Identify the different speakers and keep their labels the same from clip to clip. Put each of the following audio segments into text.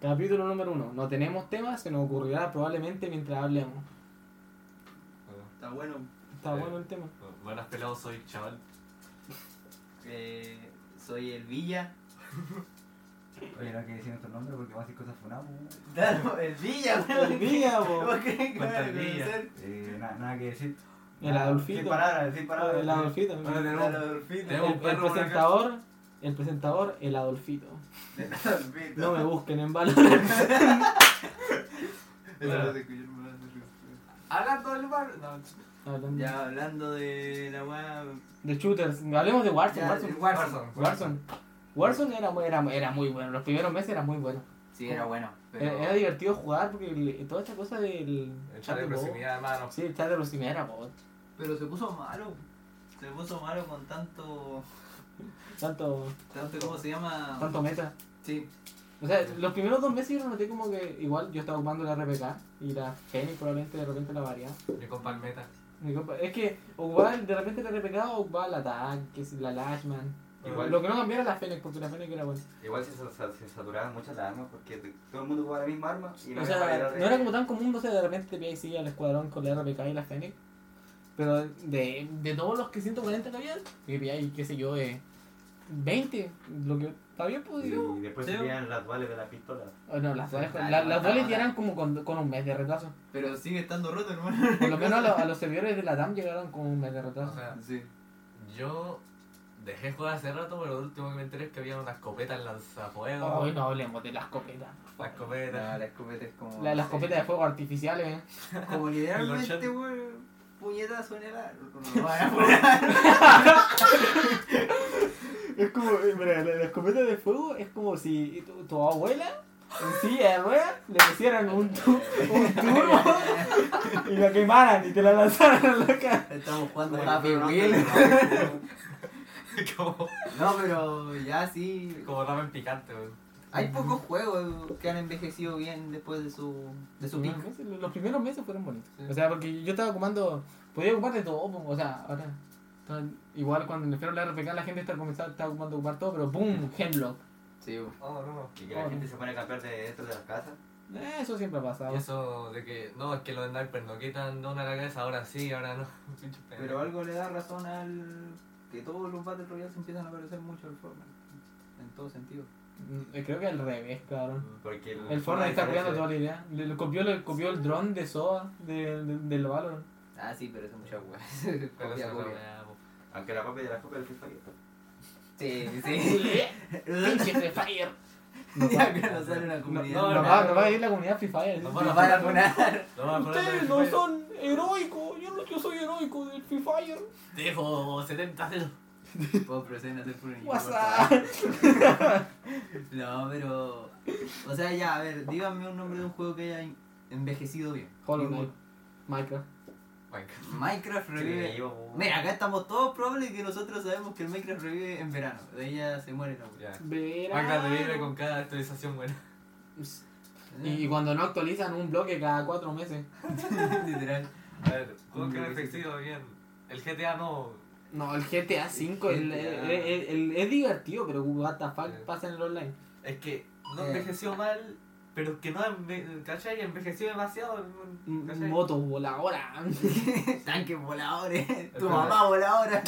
Speaker 1: Capítulo número uno. No tenemos tema, se nos ocurrirá probablemente mientras hablemos.
Speaker 2: Está bueno.
Speaker 1: Está
Speaker 3: Sí.
Speaker 1: bueno el tema.
Speaker 3: Buenas pelados, soy chaval.
Speaker 2: Eh, soy el Villa.
Speaker 4: Oye, no hay que decir nuestro nombre porque vamos a decir cosas funables.
Speaker 2: Claro, el Villa, weón.
Speaker 1: El Villa, po.
Speaker 2: ¿Vos crees que me van a
Speaker 3: Cuenta el Villa.
Speaker 2: conocer?
Speaker 4: Eh, na- nada que decir.
Speaker 1: El
Speaker 4: Nada,
Speaker 1: Adolfito.
Speaker 4: Sin palabras, sin palabras.
Speaker 1: El Adolfito.
Speaker 3: Ahora
Speaker 1: El,
Speaker 2: El
Speaker 3: tenemos,
Speaker 2: Adolfito.
Speaker 3: tenemos un
Speaker 1: el
Speaker 3: perro. una casa.
Speaker 1: presentador, el presentador, el Adolfito.
Speaker 2: El Adolfito.
Speaker 1: No me busquen en valor.
Speaker 2: Eso no se escuchó, no se escuchó.
Speaker 3: Hablando del bar. No,
Speaker 1: Hablando
Speaker 2: Ya hablando de la weá.
Speaker 1: De shooters. Hablemos de Warzone.
Speaker 2: Ya,
Speaker 1: Warzone.
Speaker 2: el
Speaker 3: Warzone.
Speaker 1: Warzone. Warzone era, mu- era, era muy bueno. Los primeros meses era muy bueno.
Speaker 2: Sí, era bueno. Pero...
Speaker 1: Era, era divertido jugar porque le- toda esta cosa del
Speaker 3: el chat de
Speaker 1: bot.
Speaker 3: proximidad, hermano.
Speaker 1: Sí, el chat de proximidad era bot.
Speaker 2: Pero se puso malo. Se puso malo con tanto.
Speaker 1: Tanto,
Speaker 2: Tanto, ¿cómo se llama?
Speaker 1: tanto meta.
Speaker 2: Sí.
Speaker 1: O sea, los primeros dos meses yo noté como que igual yo estaba ocupando la RPK y la Fenix probablemente de repente la variaba.
Speaker 3: Yo con palmeta.
Speaker 1: Mi compa- Es que ocupaba el- de repente la RPK o ocupaba la TAC, que es la Lashman.
Speaker 3: Igual.
Speaker 1: Lo que no cambiara era la Fenix porque la Fenix era buena.
Speaker 4: Igual se, sa- se saturaban mucho las armas porque te- todo el mundo jugaba la misma arma y no
Speaker 1: o
Speaker 4: había
Speaker 1: sea,
Speaker 4: variedad de-
Speaker 1: no era como tan común, no sé, de repente te veías al escuadrón con la RPK y la Fenix. Pero de, de todos los que 140 que había, me pilláis, qué sé yo, eh, 20. Lo que está bien, pues digo.
Speaker 4: Y después
Speaker 2: Sí.
Speaker 4: subían las duales de la pistola.
Speaker 1: Oh, no, las duales,
Speaker 2: Ah,
Speaker 1: la-
Speaker 2: no,
Speaker 1: las duales
Speaker 2: no,
Speaker 1: ya
Speaker 2: no.
Speaker 1: eran como con, con un mes de retraso.
Speaker 2: Pero sigue estando roto, hermano.
Speaker 1: Por lo menos a, lo- a los servidores de la DAM llegaron con un mes de
Speaker 3: O
Speaker 1: retraso.
Speaker 3: sea,
Speaker 2: Sí.
Speaker 3: yo dejé jugar hace rato, pero lo último que me enteré es que había una escopeta en lanzafuego.
Speaker 1: Hoy no hablemos de la escopeta.
Speaker 3: La
Speaker 2: No,
Speaker 3: escopeta.
Speaker 2: la escopeta es como.
Speaker 1: La, la
Speaker 2: Oh, sí.
Speaker 1: escopeta de fuego artificiales, eh.
Speaker 2: Como
Speaker 3: El
Speaker 2: literalmente,
Speaker 3: Orchard.
Speaker 2: weón, puñetazo en el ar- No, van a poner-
Speaker 1: Es como, eh, mira, la, la escopeta de fuego es como si tu, tu abuela en silla de ruedas le pusieran un, tu- un turbo y la quemaran y te la lanzaran a la cara.
Speaker 2: Estamos jugando
Speaker 4: Bueno,
Speaker 2: Happy
Speaker 4: pero no
Speaker 2: Wheel.
Speaker 3: como,
Speaker 2: No, pero ya sí.
Speaker 3: como ramen picante, weón.
Speaker 2: Hay pocos juegos que han envejecido bien después de su, de su
Speaker 1: Los
Speaker 2: pick.
Speaker 1: primeros meses- los primeros meses fueron bonitos.
Speaker 2: Sí.
Speaker 1: O sea, porque yo estaba ocupando, podía ocupar de todo, po, o sea, ahora. estaba- Igual cuando me fueron la RPK la gente está comenzando, está ocupando a ocupar todo, pero ¡boom! Hemlock.
Speaker 2: Sí,
Speaker 3: Oh, no.
Speaker 4: Y que la
Speaker 1: Oh,
Speaker 4: gente
Speaker 1: no.
Speaker 4: se pone a campear de dentro de las casas.
Speaker 1: Eh, Eso siempre ha pasado.
Speaker 3: Y eso de que, no, es que los snipers no quitan una a la cabeza, ahora sí, ahora no. Pinche pendejo.
Speaker 2: pero algo le da razón al que todos los Battle Royales empiezan a parecer mucho al Fortnite. En todo sentido.
Speaker 1: Mm, eh, Creo que al revés, cabrón.
Speaker 4: Porque
Speaker 1: El Fortnite está copiando toda la idea. Le, le copió, le copió el dron de SOA de, de- del Valorant.
Speaker 2: Ah, sí, pero eso es mucha hueá.
Speaker 3: Pero
Speaker 2: Copia,
Speaker 3: eso no
Speaker 2: copia.
Speaker 3: me
Speaker 4: Aunque la copia de la copia del FIFA ya-
Speaker 2: Sí, sí.
Speaker 1: ¡Pinche Free Fire! Nos
Speaker 2: Ya
Speaker 1: va,
Speaker 2: que nos sale una comunidad.
Speaker 3: no,
Speaker 1: nos va- nos va a ir la comunidad Free Fire.
Speaker 3: Nos
Speaker 2: Nos van a funar.
Speaker 3: No me acuerdo de Free Fire.
Speaker 1: son heroicos. Yo, yo soy heroico del Free Fire.
Speaker 3: Dejo 70 ceros.
Speaker 2: Puedo proceder a hacer por un
Speaker 1: What's
Speaker 2: No, pero. O sea, ya, a ver, díganme un nombre de un juego que haya envejecido bien.
Speaker 1: Hollow Knight. Minecraft.
Speaker 3: Minecraft.
Speaker 2: Minecraft
Speaker 4: Sí,
Speaker 2: revive.
Speaker 4: yo-
Speaker 2: Mira, acá estamos todos probables que nosotros sabemos que el Minecraft revive en verano. De ahí ya se muere la wea.
Speaker 3: Ya. Minecraft
Speaker 1: Verano.
Speaker 3: revive con cada actualización buena.
Speaker 2: Mm.
Speaker 1: Y cuando no actualizan un bloque cada cuatro meses.
Speaker 2: Literal.
Speaker 3: A ver, juego que no efectivo bien. El GTA no.
Speaker 1: No, el GTA V el- el- el- el- es divertido, pero what the fuck pasa en el online.
Speaker 3: Es que no
Speaker 2: Eh.
Speaker 3: envejeció mal, pero es que no enve- ¿cachai? envejeció demasiado. ¿cachai?
Speaker 1: Motos voladora.
Speaker 2: Tanques voladores. Tu
Speaker 3: Espera.
Speaker 2: mamá voladora.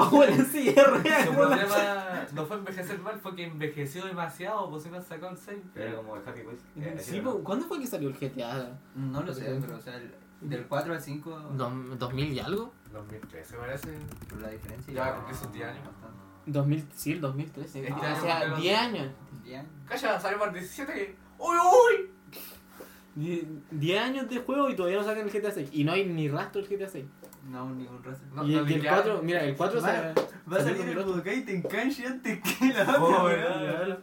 Speaker 1: Abuela en silla de ruedas,
Speaker 3: Su
Speaker 1: vola-
Speaker 3: problema no fue envejecer mal, fue que envejeció demasiado, pues si no sacó el 6.
Speaker 4: Era como el Happy Wheels. Eh,
Speaker 1: Sí,
Speaker 4: así
Speaker 1: po,
Speaker 4: era.
Speaker 1: ¿Cuándo fue que salió el GTA?
Speaker 2: No lo sé, pero o sea, el- del 4 al 5.
Speaker 1: Dos- ¿2000 y algo?
Speaker 3: 2013 parece.
Speaker 2: Pero la diferencia.
Speaker 3: Ya,
Speaker 2: era
Speaker 3: porque son 10 años.
Speaker 2: bastante.
Speaker 1: 2000, sí, el 2013.
Speaker 3: Este
Speaker 1: Ah,
Speaker 3: año
Speaker 1: o sea,
Speaker 3: cumplieron-
Speaker 1: 10 años.
Speaker 2: Bien.
Speaker 3: Calla, salió para el 17. ¡Uy, uy!
Speaker 1: Die- 10 años de juego y todavía no sacan el GTA 6. Y no hay ni rastro del GTA 6.
Speaker 2: No, ningún razón.
Speaker 3: No,
Speaker 1: y,
Speaker 3: no
Speaker 1: y el
Speaker 3: linkearon.
Speaker 1: 4, mira, el 4
Speaker 2: Vale.
Speaker 1: se...
Speaker 2: Va a
Speaker 1: Salió
Speaker 2: salir el
Speaker 1: con el
Speaker 2: Budokai Tenkanshi antes que la otra.
Speaker 3: Oh,
Speaker 2: weón.
Speaker 3: verdad.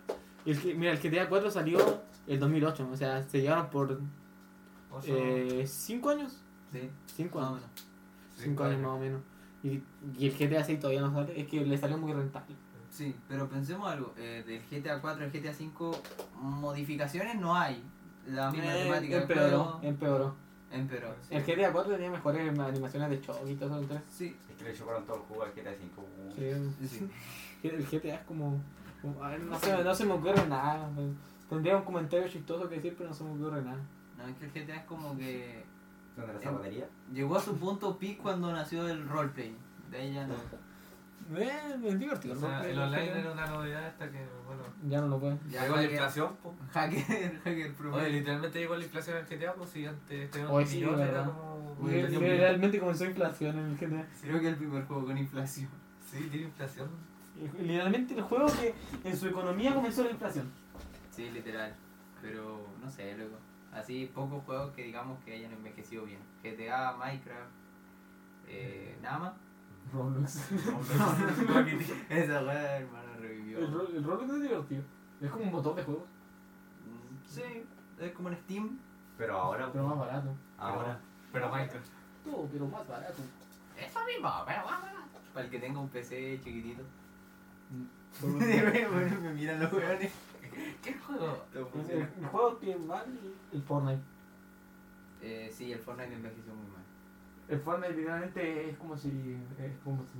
Speaker 1: Y el que- mira, el GTA 4 salió el 2008. O sea, se llevaron por
Speaker 3: Ocho,
Speaker 1: 5 años.
Speaker 2: Sí,
Speaker 1: 5
Speaker 2: más o
Speaker 1: años.
Speaker 2: menos.
Speaker 3: cinco
Speaker 1: 5 años más o menos. Y, y el GTA 6 todavía no sale. Es que le salió muy rentable.
Speaker 2: Sí, pero pensemos algo. eh, del GTA 4 al GTA 5, modificaciones no hay. La misma
Speaker 1: Eh,
Speaker 2: temática. del
Speaker 1: empeoró,
Speaker 2: juego,
Speaker 1: empeoró.
Speaker 2: Empeoró.
Speaker 3: Sí.
Speaker 1: El GTA 4 tenía mejores animaciones de shock y todo eso.
Speaker 2: Sí,
Speaker 4: Es que le chocaron todo el juego al GTA V. weón.
Speaker 1: entonces,
Speaker 2: sí.
Speaker 1: El GTA es como. como- ay, no, se, no se me ocurre nada. weón. Tendría un comentario chistoso que decir, pero no se me ocurre nada.
Speaker 2: No, es que el GTA es como que
Speaker 4: ¿Dónde la zapatería?
Speaker 2: llegó a su punto peak cuando nació el roleplay. De ahí ya no.
Speaker 1: Eh, es divertido.
Speaker 3: O
Speaker 1: ¿no?
Speaker 3: sea, el
Speaker 1: Pero
Speaker 3: online
Speaker 1: ya-
Speaker 3: era una novedad hasta que, bueno,
Speaker 1: Ya no lo puede.
Speaker 2: Ya
Speaker 3: llegó la
Speaker 2: hacker,
Speaker 3: inflación, po.
Speaker 2: hacker, hacker pro.
Speaker 3: Oye, literalmente llegó la inflación al GTA, pues si antes tenía
Speaker 1: Oye,
Speaker 3: un
Speaker 1: sí,
Speaker 3: millón, era
Speaker 1: ¿verdad?
Speaker 3: como...
Speaker 2: Uy,
Speaker 1: Re-
Speaker 3: tenía un millón.
Speaker 1: Realmente comenzó inflación en el GTA.
Speaker 2: Creo que el primer juego con inflación.
Speaker 3: Sí, tiene inflación.
Speaker 1: Literalmente el juego que en su economía comenzó la inflación.
Speaker 2: Sí, literal. Pero no sé, loco. Así pocos juegos que digamos que hayan envejecido bien. GTA, Minecraft, eh, nada más.
Speaker 1: Roblox.
Speaker 2: Esa weá, hermano, revivió.
Speaker 1: El, Ro- el Roblox es divertido. Es como un motor de juegos,
Speaker 2: Mm, Sí, es como en Steam.
Speaker 4: Pero ahora,
Speaker 1: pero más barato.
Speaker 4: ahora.
Speaker 3: Pero Minecraft.
Speaker 1: Todo, pero más barato.
Speaker 2: Eso mismo, pero más barato. Para el que tenga un PC chiquitito.
Speaker 1: Solo-
Speaker 2: Bueno, me miran los weones.
Speaker 3: ¿Qué juego?
Speaker 2: Todo
Speaker 1: el,
Speaker 2: funciona.
Speaker 1: el juego que más el Fortnite.
Speaker 2: Eh, sí, el Fortnite envejeció muy mal.
Speaker 1: El Fortnite literalmente es como si. Es como si.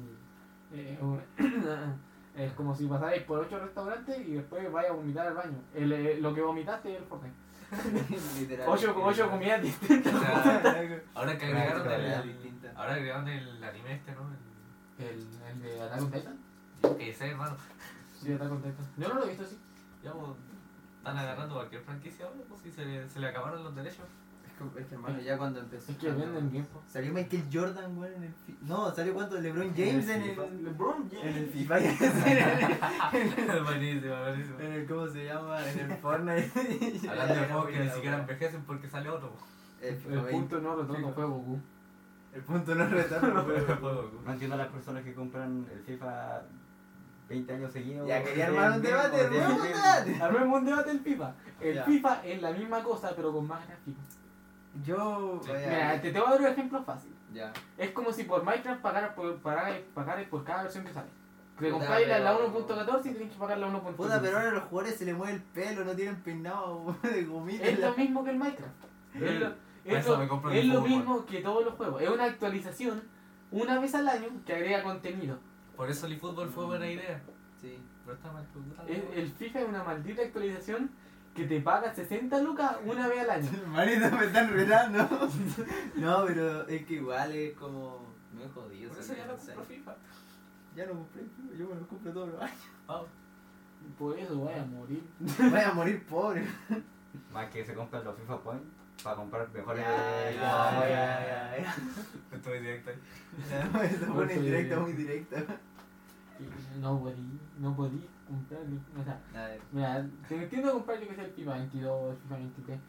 Speaker 1: eh, un- es como si pasáis por ocho restaurantes y después vais a vomitar al baño. El, eh, lo que vomitaste es el Fortnite.
Speaker 2: literal.
Speaker 1: Ocho, ocho comidas distintas.
Speaker 3: O sea, ahora que agregaron
Speaker 2: Realidad
Speaker 3: el...
Speaker 2: distinta.
Speaker 3: Ahora agregaron el anime este, ¿no? El-
Speaker 1: El, el de Attack on Titan.
Speaker 3: Yo qué sé, hermano.
Speaker 1: Sí, Attack on Titan. Yo no lo he visto así.
Speaker 3: Ya, pues, están agarrando cualquier franquicia ahora, pues si se le, se le acabaron los derechos.
Speaker 2: Es que, es que, hermano, ya cuando empezó.
Speaker 1: Es que venden bien. po.
Speaker 2: Salió Michael Jordan, weón, en el fi- No, salió cuánto? LeBron James en el.
Speaker 1: LeBron
Speaker 2: En el
Speaker 1: James.
Speaker 2: FIFA. en, el,
Speaker 3: buenísimo, buenísimo.
Speaker 2: en el- ¿Cómo se llama? En el Fortnite.
Speaker 3: Hablando de juegos que ni siquiera envejecen porque sale otro. pues.
Speaker 2: El,
Speaker 1: El punto no retorno
Speaker 2: FIFA.
Speaker 1: fue Goku.
Speaker 2: El punto no retorno,
Speaker 3: Juego,
Speaker 2: weón.
Speaker 3: juego. pues.
Speaker 4: No entiendo a las personas que compran el FIFA 20 años seguidos.
Speaker 2: Ya quería armar un debate, hermano, un debate.
Speaker 1: Armemos un debate el FIFA. El
Speaker 2: Ya.
Speaker 1: FIFA es la misma cosa, pero con más gráficos.
Speaker 2: Yo.
Speaker 3: Sí.
Speaker 2: Oye,
Speaker 1: Mira, te, te voy a dar un ejemplo fácil.
Speaker 2: Ya.
Speaker 1: Es como si por Minecraft pagaras por, pagaras, pagaras por cada versión que sale. Te
Speaker 2: Puta,
Speaker 1: compráis la, la
Speaker 2: pero-
Speaker 1: 1.14 y tenés que pagar la 1.14.
Speaker 2: Puta, pero ahora a los jugadores se les mueve el pelo, no tienen peinado, weón, de gomita.
Speaker 1: Es lo mismo que el Minecraft. Es lo,
Speaker 3: Para
Speaker 1: es
Speaker 3: eso
Speaker 1: lo-
Speaker 3: me compro
Speaker 1: es
Speaker 3: mi
Speaker 1: lo
Speaker 3: Pokémon.
Speaker 1: mismo que todos los juegos. Es una actualización una vez al año que agrega contenido.
Speaker 3: Por eso el eFootball fue buena idea.
Speaker 2: Sí.
Speaker 3: Pero está mal pues, estructurado.
Speaker 1: El, el FIFA Mm. es una maldita actualización que te paga 60 lucas una vez al año.
Speaker 2: Marito, me están retando. no, pero es que igual es como. Me he jodido.
Speaker 3: Por eso
Speaker 2: ¿sabes?
Speaker 3: ya no compro FIFA.
Speaker 2: Ya no compré, yo me lo compro todos los años.
Speaker 3: Vamos.
Speaker 1: Por eso voy a morir.
Speaker 2: Voy a morir pobre.
Speaker 4: Más que se compran los FIFA Point para comprar mejores.
Speaker 1: ya,
Speaker 2: ya.
Speaker 3: Estuve directo ahí.
Speaker 2: Se pone
Speaker 1: Sí.
Speaker 2: directa, muy directa.
Speaker 1: Y No podí, no podí comprar. O sea,
Speaker 2: A ver,
Speaker 1: mira, te entiendo comprar yo que sé el FIFA 22, el FIFA 23,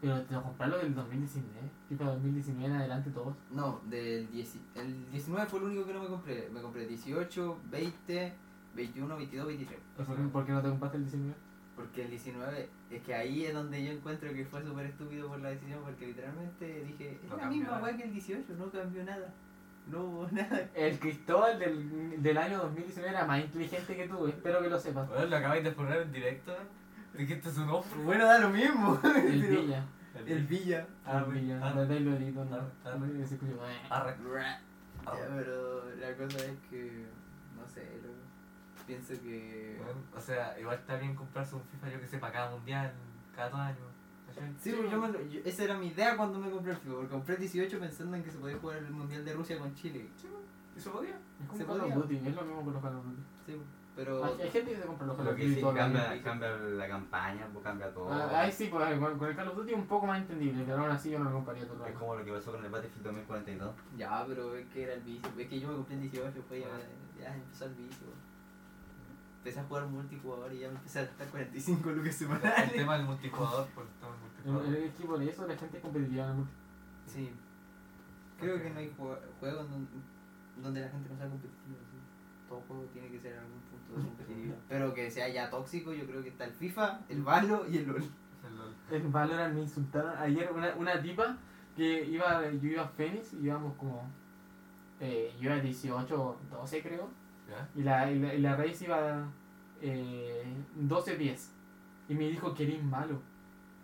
Speaker 1: pero te lo comprarlo del 2019, FIFA 2019 en adelante todos.
Speaker 2: no, del 10, el 19 fue el único que no me compré. Me compré 18, 20, 21, 22, 23.
Speaker 1: Eso, ¿Por qué no te compraste el 19?
Speaker 2: Porque el 19, es que ahí es donde yo encuentro que fue súper estúpido por la decisión, porque literalmente dije, es
Speaker 3: No
Speaker 2: la
Speaker 3: cambió
Speaker 2: misma
Speaker 3: nada.
Speaker 2: weá que el 18, no cambió nada. No hubo nada.
Speaker 1: El Cristóbal del, del año 2019 era más inteligente que tú, espero que lo sepas.
Speaker 3: Bueno, lo acabáis de poner en directo. ¿eh? Dijiste su nombre.
Speaker 2: Bueno, da lo mismo.
Speaker 1: El Villa,
Speaker 2: El Villa.
Speaker 1: el Villa, no te lo edito, no.
Speaker 3: Arre, arre.
Speaker 1: Se escuchó, "Eh".
Speaker 3: Arre.
Speaker 2: Ya, pero la cosa es que, no sé, loco. Pienso que...
Speaker 3: Bueno, O sea, igual está bien comprarse un FIFA, yo que sé, para cada mundial, cada dos años. ¿cachai?
Speaker 2: Sí, pues yo me lo- yo- esa era mi idea cuando me compré el FIFA, porque compré el 18 pensando en que se podía jugar el Mundial de Rusia con Chile.
Speaker 3: ¿Y se podía?
Speaker 1: Es como
Speaker 2: Se
Speaker 1: Call of
Speaker 2: podía.
Speaker 1: Duty, es lo mismo que los Call of Duty.
Speaker 2: Sí, pero...
Speaker 1: Hay, hay gente que se compra los Call
Speaker 4: Lo
Speaker 1: of
Speaker 4: que
Speaker 1: Duty
Speaker 4: sí,
Speaker 1: todos los años.
Speaker 4: cambia, cambia la campaña, pues cambia todo.
Speaker 1: Ah, Ahí sí, pues, con, con el Call of Duty un poco más entendible, pero aún así yo no lo compraría todo el
Speaker 4: Es
Speaker 1: año.
Speaker 4: como lo que pasó con el Battlefield 2042.
Speaker 2: Ya, pero es que era el vicio. Es que yo me compré el 18, pues ya, ya empezó el vicio. Empecé a jugar multijugador y ya me empecé a gastar 45 lucas
Speaker 3: El
Speaker 2: semanales.
Speaker 3: tema del multijugador, por el tema del
Speaker 1: El, el
Speaker 3: multijugador.
Speaker 1: equipo de eso, la gente es competitiva en el multi.
Speaker 2: Sí. Creo que no hay jue- juegos donde, donde la gente no sea competitiva. sí. Todo juego tiene que ser en algún punto de competitividad. Pero que sea ya tóxico, yo creo que está el FIFA, el Valo y el LOL.
Speaker 1: eh.
Speaker 3: El LOL.
Speaker 1: En Valorant me insultaron ayer una, una tipa que iba, yo iba a Phoenix y íbamos como, eh, yo era 18, 12 creo,
Speaker 3: ¿Ya?
Speaker 1: y la, y la, y la race iba eh, 12, 10. Y me dijo que eres malo.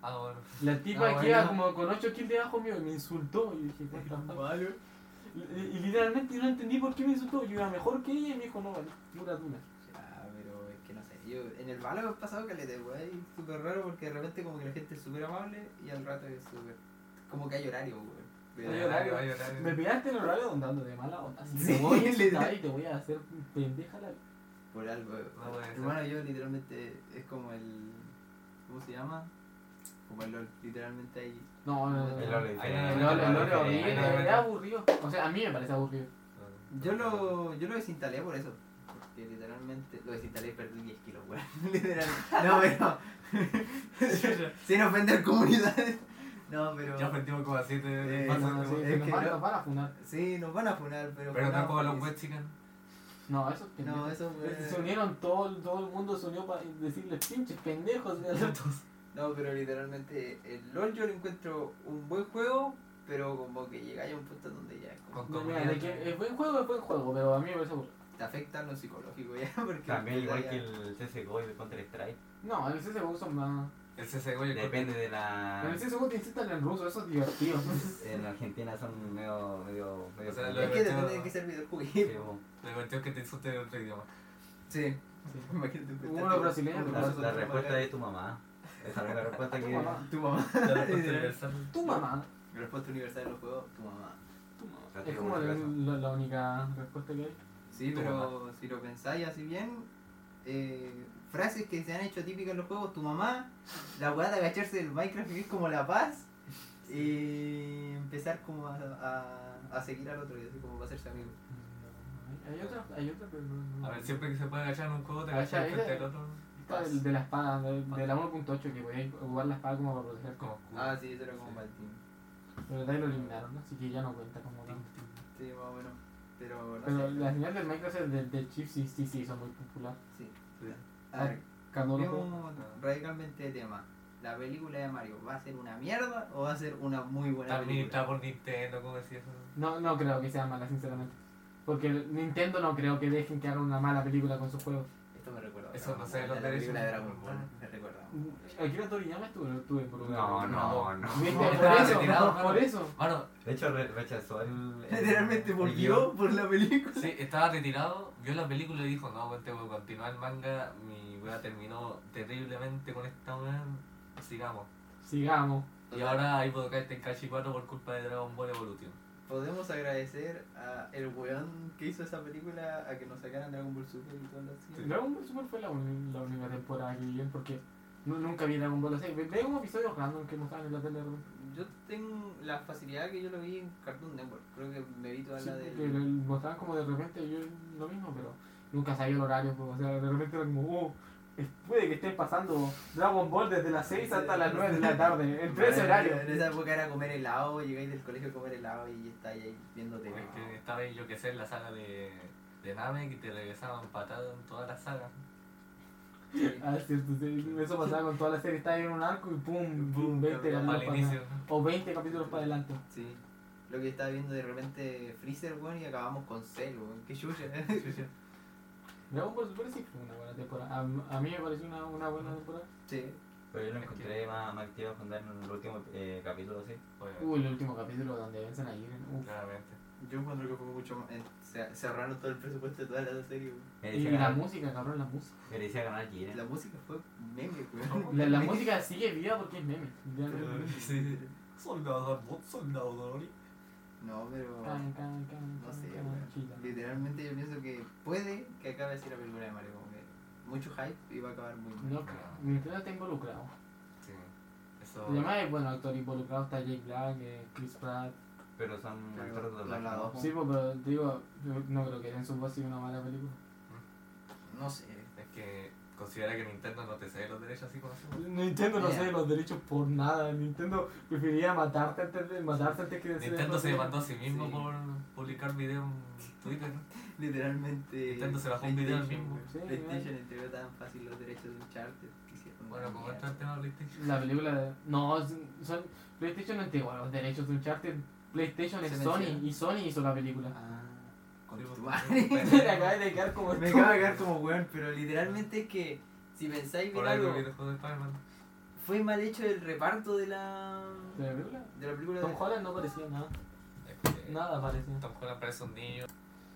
Speaker 3: Ah, bueno.
Speaker 1: La tipa
Speaker 3: Ah,
Speaker 1: que iba
Speaker 3: bueno.
Speaker 1: como con 8 kills debajo mío y me insultó. Y dije, "What the fuck?".
Speaker 2: Valo.
Speaker 1: Y, y literalmente no entendí por qué me insultó. Yo iba mejor que ella y me dijo, no, vale, pura duna.
Speaker 2: Ah, pero es que no sé. Yo, en el Valo he pasado caleta, weón. Es súper raro porque de repente como que la gente es súper amable y al rato es súper... Como que hay horario, weón. Pero-
Speaker 1: Hay horario.
Speaker 3: Hay horario.
Speaker 1: Me pillaste el horario andando de mala onda. Así
Speaker 2: Sí,
Speaker 1: te voy a
Speaker 2: le-
Speaker 1: insultar y te voy a hacer pendeja la.
Speaker 2: Por algo. eh.
Speaker 3: No puede ser.
Speaker 2: Hermano, yo literalmente es como el. ¿Cómo se llama? Como el LOL. Literalmente ahí.
Speaker 1: No, no, no.
Speaker 4: El
Speaker 1: Ah, no.
Speaker 4: "Ah, olor es
Speaker 3: Ahí
Speaker 1: El
Speaker 4: diferente.
Speaker 3: Eh, no,
Speaker 1: olor- el olor es
Speaker 3: no,
Speaker 1: horrible,
Speaker 3: no, no,
Speaker 1: es
Speaker 3: no.
Speaker 1: aburrido. O sea, a mí me parece aburrido.
Speaker 2: Yo lo, yo lo desinstalé por eso. Porque literalmente. Lo desinstalé y perdí 10 kilos, weón. Literalmente. No, pero. sin ofender comunidades. No, pero.
Speaker 3: Ya ofendimos como así
Speaker 2: Eh,
Speaker 3: de
Speaker 2: no,
Speaker 1: No,
Speaker 2: no,
Speaker 1: sí,
Speaker 2: es
Speaker 1: que nos
Speaker 2: que
Speaker 1: van-
Speaker 2: no.
Speaker 1: nos van a funar.
Speaker 2: Sí, nos van a funar, pero.
Speaker 3: Pero
Speaker 2: funamos
Speaker 3: tampoco a los
Speaker 2: porque-
Speaker 3: web chicas.
Speaker 1: No, eso es pendejo.
Speaker 2: No, eso
Speaker 1: Se
Speaker 2: fue.
Speaker 1: unieron todo, el- todo el mundo se unió para decirles pinches pendejos.
Speaker 2: No, pero literalmente. El LOL yo lo encuentro un buen juego. Pero como que llegáis a un punto donde ya es como-
Speaker 3: Con
Speaker 1: No, mira, de que es buen juego, es buen juego, pero a mí me parece aburrido.
Speaker 2: te afecta lo psicológico ya, porque...
Speaker 4: También
Speaker 2: puta,
Speaker 4: igual
Speaker 2: ya-
Speaker 4: que el CSGO y el Counter Strike.
Speaker 1: No, en el CSGO usan más.
Speaker 3: El CSGO y el
Speaker 4: Depende de
Speaker 1: En
Speaker 4: la.
Speaker 3: Ah.
Speaker 1: el CSGO te incitan en ruso, eso es divertido.
Speaker 4: En Argentina son medio. medio. medio.
Speaker 3: O sea,
Speaker 2: Es
Speaker 3: lo-
Speaker 2: que depende de qué servidor
Speaker 4: Sí,
Speaker 2: jugué.
Speaker 4: bo.
Speaker 3: La cuestión es que te insulte en otro idioma.
Speaker 2: Sí. Imagínate.
Speaker 1: Hubo uno brasileño que
Speaker 4: La,
Speaker 1: Nosotros
Speaker 4: la respuesta es tu mamá. Esa es la respuesta
Speaker 1: Tu
Speaker 4: que.
Speaker 1: mamá.
Speaker 2: Tu mamá.
Speaker 3: La respuesta universal.
Speaker 1: Tu mamá.
Speaker 2: La respuesta universal de los juegos, tu mamá.
Speaker 1: Tu mamá.
Speaker 4: La
Speaker 1: Es
Speaker 4: tengo
Speaker 1: como
Speaker 4: por
Speaker 1: la,
Speaker 4: si acaso.
Speaker 1: la- la única respuesta que hay.
Speaker 2: Sí,
Speaker 4: Tu
Speaker 2: pero si lo pensáis así bien, eh, frases que se han hecho típicas en los juegos, tu mamá, la weá de agacharse del Minecraft que es como la paz, y empezar como a, a, a seguir al otro, y así como va a hacerse amigo.
Speaker 1: Mm, Hay- Hay otra, hay otra, pero no. no.
Speaker 3: A ver, siempre que se puede agachar en un juego, te
Speaker 1: Agacha
Speaker 3: agachas
Speaker 1: ahí,
Speaker 3: frente
Speaker 1: eh.
Speaker 3: al otro.
Speaker 1: Esta del- de la espada, del- de la 1.8 que podías jugar la espada como para proteger.
Speaker 3: Como escudo.
Speaker 2: Ah, sí, eso era como
Speaker 3: Sí.
Speaker 2: para el team.
Speaker 1: Pero de ahí lo eliminaron, ¿no? así que ya no cuenta como tal.
Speaker 2: Sí, más o menos. Pero no
Speaker 1: Pero
Speaker 2: sé.
Speaker 1: la señal del Minecraft es del, del chip sí, sí, sí, hizo muy popular.
Speaker 2: Sí.
Speaker 3: Sí.
Speaker 2: A ver,
Speaker 1: Cuando uno juega-
Speaker 2: cambiemos radicalmente de tema. La película de Mario, ¿va a ser una mierda o va a ser una muy buena
Speaker 3: También
Speaker 2: película?
Speaker 3: está por Nintendo, como decía eso.
Speaker 1: No, no creo que sea mala, sinceramente. Porque Nintendo no creo que dejen que hagan una mala película con sus juegos.
Speaker 2: Esto me recuerda. a
Speaker 3: Eso no
Speaker 2: Dragon
Speaker 3: sé,
Speaker 2: Ball,
Speaker 3: los
Speaker 2: a la película de
Speaker 3: derechos.
Speaker 2: Dragon Ball. Me recuerda.
Speaker 1: Akira Toriyama estuvo, estuvo involucrado.
Speaker 4: No, no, no.
Speaker 1: ¿Viste?
Speaker 3: No,
Speaker 1: por,
Speaker 3: estaba
Speaker 1: eso,
Speaker 3: retirado,
Speaker 1: por
Speaker 3: claro.
Speaker 1: eso.
Speaker 3: Bueno,
Speaker 4: De hecho, re- rechazó el. el-
Speaker 2: Literalmente
Speaker 4: el
Speaker 2: volvió
Speaker 4: guión.
Speaker 2: por la película.
Speaker 3: sí, estaba retirado, vio la película y dijo, no, weón, tengo que continuar el manga, mi weá terminó terriblemente con esta weá, sigamos.
Speaker 1: Sigamos.
Speaker 3: Y ahora hay Budokai Tenkachi 4 por culpa de Dragon Ball Evolution.
Speaker 2: Podemos agradecer a el weón que hizo esa película a que nos sacaran Dragon Ball Super y todo lo así.
Speaker 1: Dragon Ball Super fue la, uni- la única temporada que vi, porque nu- nunca vi Dragon Ball 6. Veo como episodios random que mostraban en la tele. de repente.
Speaker 2: Yo tengo la facilidad que yo lo vi en Cartoon Network. Creo que me vi toda
Speaker 1: Sí,
Speaker 2: la
Speaker 1: que lo-
Speaker 2: de.
Speaker 1: mostraban como de repente yo lo mismo, pero nunca sabía el horario. pues, o sea, de repente era como, oh, es- puede que esté pasando Dragon Ball desde las 6 hasta las 9 de la tarde, entre ese horario.
Speaker 2: En esa época era comer helado, llegáis del colegio a comer helado y estáis ahí viéndote.
Speaker 3: Porque estaba ahí, yo que sé, en la saga de, de Namek y te regresaban patadas en todas las sagas.
Speaker 1: Ah, es cierto, sí, eso pasaba con toda la serie, estaba en un arco y pum,
Speaker 2: Pum,
Speaker 1: 20 capítulos
Speaker 3: Al
Speaker 2: cambiaba
Speaker 1: Ah, para
Speaker 3: inicio.
Speaker 1: O 20 capítulos para adelante.
Speaker 2: Sí. Lo que estaba viendo de repente Freezer, weón, y acabamos con Cell, weón. Qué chucha, eh.
Speaker 1: Dragon Ball Super sí fue una buena temporada. A, a mí me pareció una, una buena temporada.
Speaker 2: Sí.
Speaker 4: Pero yo lo encontré más, más activo cuando era en el último eh, capítulo, sí.
Speaker 3: Obviamente,
Speaker 1: Uy, el último capítulo donde vencen a Jiren. uf.
Speaker 3: claramente.
Speaker 2: Yo encuentro que fue mucho más. eh, se- Cerraron todo el presupuesto de toda la serie, weón.
Speaker 1: Y
Speaker 4: Merecía
Speaker 1: la
Speaker 4: ganar,
Speaker 1: música, cabrón, la música.
Speaker 4: merecía ganar ¿eh? Jiren.
Speaker 2: La música fue meme, weón.
Speaker 1: La, la música sigue viva porque es meme. literalmente.
Speaker 3: Sí. Soldado, soldado, Dolori.
Speaker 2: No, pero.
Speaker 1: Can, can, can,
Speaker 2: No sé,
Speaker 1: can, can,
Speaker 2: weón.
Speaker 1: chila.
Speaker 2: Literalmente yo pienso que puede que acabe así la película de Mario. Como que mucho hype y va a acabar muy mal.
Speaker 1: No creo. Nintendo está involucrado.
Speaker 3: Sí. Eso.
Speaker 1: Además hay bueno actor involucrado, está Jake Black, eh, Chris Pratt.
Speaker 4: Pero son
Speaker 2: Pero
Speaker 4: actores de
Speaker 2: la
Speaker 4: doblaje.
Speaker 2: dos.
Speaker 1: Sí, pues, pero te digo, yo no creo que en su voz sea una mala película.
Speaker 2: No sé.
Speaker 3: Es que considera que Nintendo no te cede los derechos así como así.
Speaker 1: Nintendo no
Speaker 2: Yeah.
Speaker 1: cede los derechos por nada. Nintendo preferiría matarte antes de matarse antes que decir
Speaker 3: Nintendo se demandó a sí mismo
Speaker 2: Sí.
Speaker 3: por publicar video en Twitter.
Speaker 2: Literalmente.
Speaker 3: Nintendo se bajó un video al
Speaker 2: PlayStation,
Speaker 3: mismo.
Speaker 2: weón.
Speaker 1: Sí,
Speaker 2: PlayStation entregó tan fácil los derechos de Uncharted. que hicieron
Speaker 3: Bueno,
Speaker 2: una
Speaker 3: como
Speaker 2: mierda.
Speaker 3: está el tema de PlayStation.
Speaker 1: La película de- No, es- son... PlayStation no entregó los derechos de Uncharted. PlayStation es
Speaker 2: Se
Speaker 1: Sony
Speaker 2: menciona.
Speaker 1: y Sony hizo la película.
Speaker 2: Ah, con
Speaker 3: Sí,
Speaker 2: tu
Speaker 3: pues,
Speaker 2: madre.
Speaker 1: Me acabé de quedar como
Speaker 2: Me acaba de quedar como weón, pero literalmente es que si pensáis bien
Speaker 3: Por algo
Speaker 2: algo,
Speaker 3: que dejó de Spider-Man.
Speaker 2: fue mal hecho el reparto de la.
Speaker 1: ¿De la película?
Speaker 2: de la película
Speaker 1: Tom
Speaker 2: de.
Speaker 1: Holland no parecía nada.
Speaker 3: Es que
Speaker 1: Nada parecía.
Speaker 3: Tom Holland parece un niño.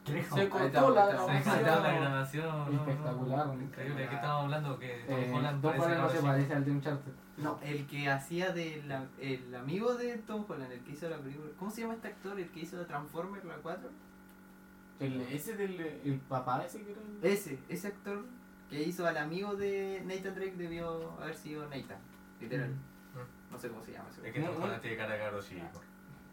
Speaker 5: Se
Speaker 1: complejo.
Speaker 5: cortó
Speaker 2: está,
Speaker 5: la
Speaker 2: ahí está.
Speaker 3: Se
Speaker 5: grabación.
Speaker 3: cortó la grabación. no, no,
Speaker 5: Espectacular,
Speaker 3: no, Increíble, ¿de qué estábamos hablando? Que Tom
Speaker 5: Eh,
Speaker 3: Holland
Speaker 5: Tom
Speaker 3: parece
Speaker 5: Holland no se
Speaker 3: Kardashian.
Speaker 5: parece al de Uncharted.
Speaker 2: No, el que hacía del el amigo de Tom Holland, el que hizo la película. ¿Cómo se llama este actor? El que hizo la Transformer, la 4.
Speaker 1: El, ese del el papá ese que era. el-
Speaker 2: Ese, ese actor que hizo al amigo de Nathan Drake debió haber sido Nathan,
Speaker 1: Mm.
Speaker 2: literal. No sé cómo se llama ese.
Speaker 3: Es que
Speaker 1: No,
Speaker 3: Tom Holland
Speaker 1: no.
Speaker 3: tiene cara de cabro chico.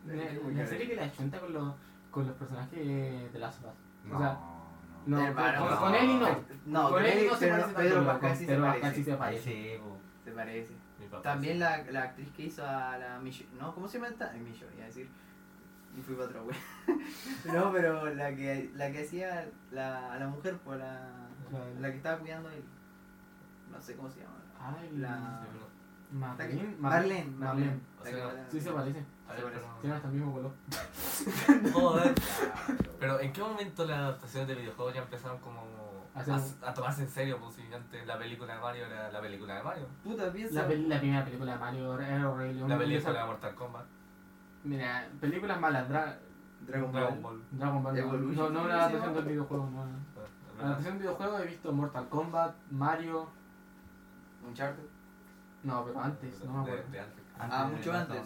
Speaker 1: Una- Una serie que la chunta con los, con los personajes de las sopas.
Speaker 4: No,
Speaker 1: O sea,
Speaker 4: no.
Speaker 1: No,
Speaker 2: Hermano,
Speaker 1: con,
Speaker 4: no.
Speaker 1: con él y no.
Speaker 2: No,
Speaker 1: con él y no se
Speaker 2: Pedro-
Speaker 1: parece
Speaker 2: Pedro
Speaker 1: tanto,
Speaker 2: Pascal
Speaker 1: con
Speaker 2: sí se
Speaker 1: Pedro Pascal sí
Speaker 2: parece.
Speaker 1: se parece.
Speaker 4: Parece, po.
Speaker 2: Se parece.
Speaker 3: Mi papá.
Speaker 2: También la, la actriz que hizo a la Michelle. No, ¿cómo se llama esta? Ay, Michelle, iba a decir. Y fui para otra wea. no, pero la que, la que hacía la, a la mujer, por la, la que estaba cuidando a él. No sé cómo se llama.
Speaker 1: Ay,
Speaker 2: La-
Speaker 3: Sí, pero-
Speaker 1: Marlene.
Speaker 2: Marlene.
Speaker 1: Marlene.
Speaker 3: O sea,
Speaker 1: Sí se parece.
Speaker 3: a ver, pero-
Speaker 1: Tiene hasta el mismo color.
Speaker 3: Joder. Pero ¿en qué momento las adaptaciones de videojuegos ya empezaron como
Speaker 1: A
Speaker 3: a,
Speaker 1: ser-
Speaker 3: a tomarse en serio? Pues si antes la película de Mario era la película de Mario.
Speaker 2: Puta, piensa.
Speaker 1: La, peli- la primera película de Mario era horrible.
Speaker 3: La
Speaker 1: Uno
Speaker 3: película de
Speaker 1: empieza-
Speaker 3: Mortal Kombat.
Speaker 1: Mira, películas malas. Dra-
Speaker 3: Dragon
Speaker 2: Dragon Ball.
Speaker 3: Ball.
Speaker 1: Dragon Ball.
Speaker 2: Evolution,
Speaker 1: No, no
Speaker 2: ¿cómo
Speaker 1: la
Speaker 2: se
Speaker 1: adaptación
Speaker 2: llama?
Speaker 1: del videojuego. Ah, No.
Speaker 3: es
Speaker 1: La
Speaker 3: verdad.
Speaker 1: adaptación del videojuego he visto Mortal Kombat, Mario.
Speaker 2: Un charco.
Speaker 1: No, pero antes, no me
Speaker 3: De-
Speaker 1: acuerdo.
Speaker 3: de antes.
Speaker 2: Ah,
Speaker 4: de-
Speaker 2: mucho
Speaker 4: no,
Speaker 2: antes.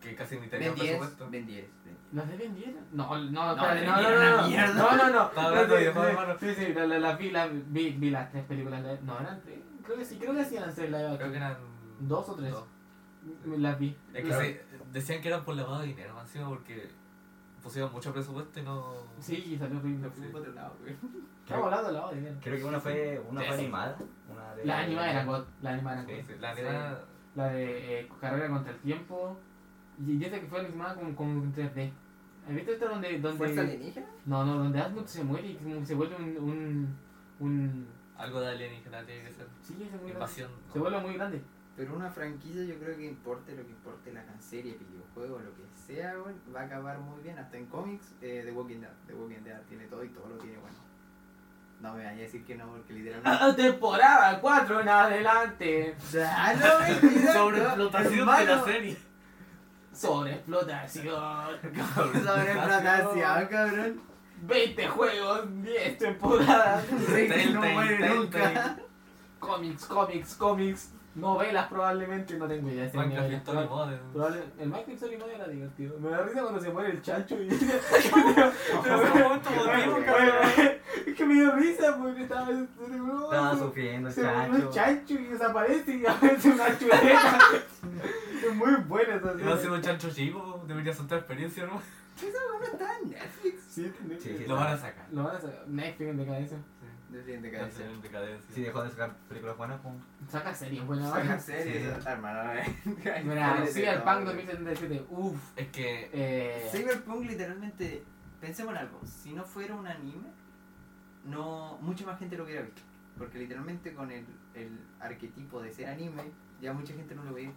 Speaker 3: Que casi ni tenía
Speaker 2: Ben 10.
Speaker 3: presupuesto.
Speaker 2: Ben 10.
Speaker 1: ¿Las de Ben 10? No, no,
Speaker 2: No,
Speaker 1: espérate,
Speaker 2: Ben
Speaker 1: no,
Speaker 2: 10
Speaker 1: no,
Speaker 2: era
Speaker 1: no,
Speaker 2: una mierda.
Speaker 1: no, no, no.
Speaker 3: Estaba hablando de videojuegos, hermano.
Speaker 1: Sí, sí, la, la, la vi, la, vi, vi las tres películas. de- no, eran tres. Creo que sí, creo que sí eran tres live
Speaker 3: Creo
Speaker 1: action.
Speaker 3: que eran.
Speaker 1: Dos o tres.
Speaker 3: dos.
Speaker 1: Me Las vi.
Speaker 3: Es que
Speaker 1: Las-
Speaker 3: se- decían que eran por lavado de dinero, más encima, porque pusieron mucho presupuesto y no.
Speaker 1: Sí, salió horrible.
Speaker 2: Lo fui para otro lado, güey.
Speaker 1: Estamos hablando del lado de dinero.
Speaker 4: Creo que una fue, una fue
Speaker 3: Sí.
Speaker 4: animada. Una de,
Speaker 1: La animada era God, la animada era
Speaker 3: Sí,
Speaker 1: God.
Speaker 3: sí, La verdad.
Speaker 1: La de eh, Carrera contra el Tiempo. Y y esa que fue animada como con 3D. ¿Has visto esta donde...
Speaker 2: ¿Fuerza
Speaker 1: donde
Speaker 2: alienígena?
Speaker 1: no, no, donde Asmund se muere y como que se vuelve un... un, un
Speaker 3: Algo de alienígena tiene que ser.
Speaker 1: sí, se vuelve grande.
Speaker 3: Invasión.
Speaker 1: Se
Speaker 3: ¿no?
Speaker 1: vuelve muy grande.
Speaker 2: Pero una franquicia yo creo que importe lo que importe la serie, videojuego, lo que sea, güey, va a acabar muy bien. Hasta en cómics, eh, The Walking Dead. The Walking Dead tiene todo y todo lo tiene bueno. No me vayas a decir que no, porque literalmente...
Speaker 1: Temporada 4 en adelante.
Speaker 2: ¡Ah, no, güey, cuidado,
Speaker 3: Sobreexplotación de
Speaker 2: hermano.
Speaker 3: la serie.
Speaker 1: Sobre explotación.
Speaker 2: Sobreexplotación, cabrón.
Speaker 1: 20 juegos, 10 temporadas.
Speaker 2: Rick no
Speaker 3: Telltale,
Speaker 2: muere
Speaker 3: Telltale.
Speaker 2: nunca. Ah,
Speaker 1: cómics, cómics, cómics. Novelas probablemente, no tengo idea. si hay
Speaker 3: Minecraft
Speaker 1: novelas.
Speaker 3: Story Mode.
Speaker 1: Probable- El Minecraft Story Mode era divertido. Me da risa cuando se muere el chancho y.
Speaker 3: momento
Speaker 2: emotivo,
Speaker 1: Es que me dio risa porque estaba.
Speaker 4: Estaba
Speaker 1: Se
Speaker 4: sufriendo, el
Speaker 1: se murió el
Speaker 4: chancho.
Speaker 1: chancho y desaparece y aparece una chuleta. Es muy buena esa
Speaker 3: Y va a ser
Speaker 1: serie.
Speaker 3: un chancho chivo, debería ser otra experiencia, ¿no?
Speaker 2: Está en Netflix.
Speaker 1: Sí,
Speaker 4: Sí, sí.
Speaker 3: Lo van a sacar.
Speaker 1: Lo van a sacar. Netflix en decadencia.
Speaker 2: Defiende
Speaker 3: Ya se
Speaker 2: cabeza.
Speaker 3: ve en decadencia.
Speaker 4: Si dejó de sacar películas buenas, pues.
Speaker 1: Saca series, buena.
Speaker 2: Saca
Speaker 1: vaina.
Speaker 2: series, hermano. eh.
Speaker 1: Mira, sí, el Punk
Speaker 2: Todo, güey.
Speaker 1: 2077. Uff.
Speaker 3: Es que
Speaker 1: Eh.
Speaker 2: Cyberpunk literalmente, pensemos en algo, si no fuera un anime, no mucha más gente lo hubiera visto. Porque literalmente con el, el arquetipo de ser anime, ya mucha gente no lo veía.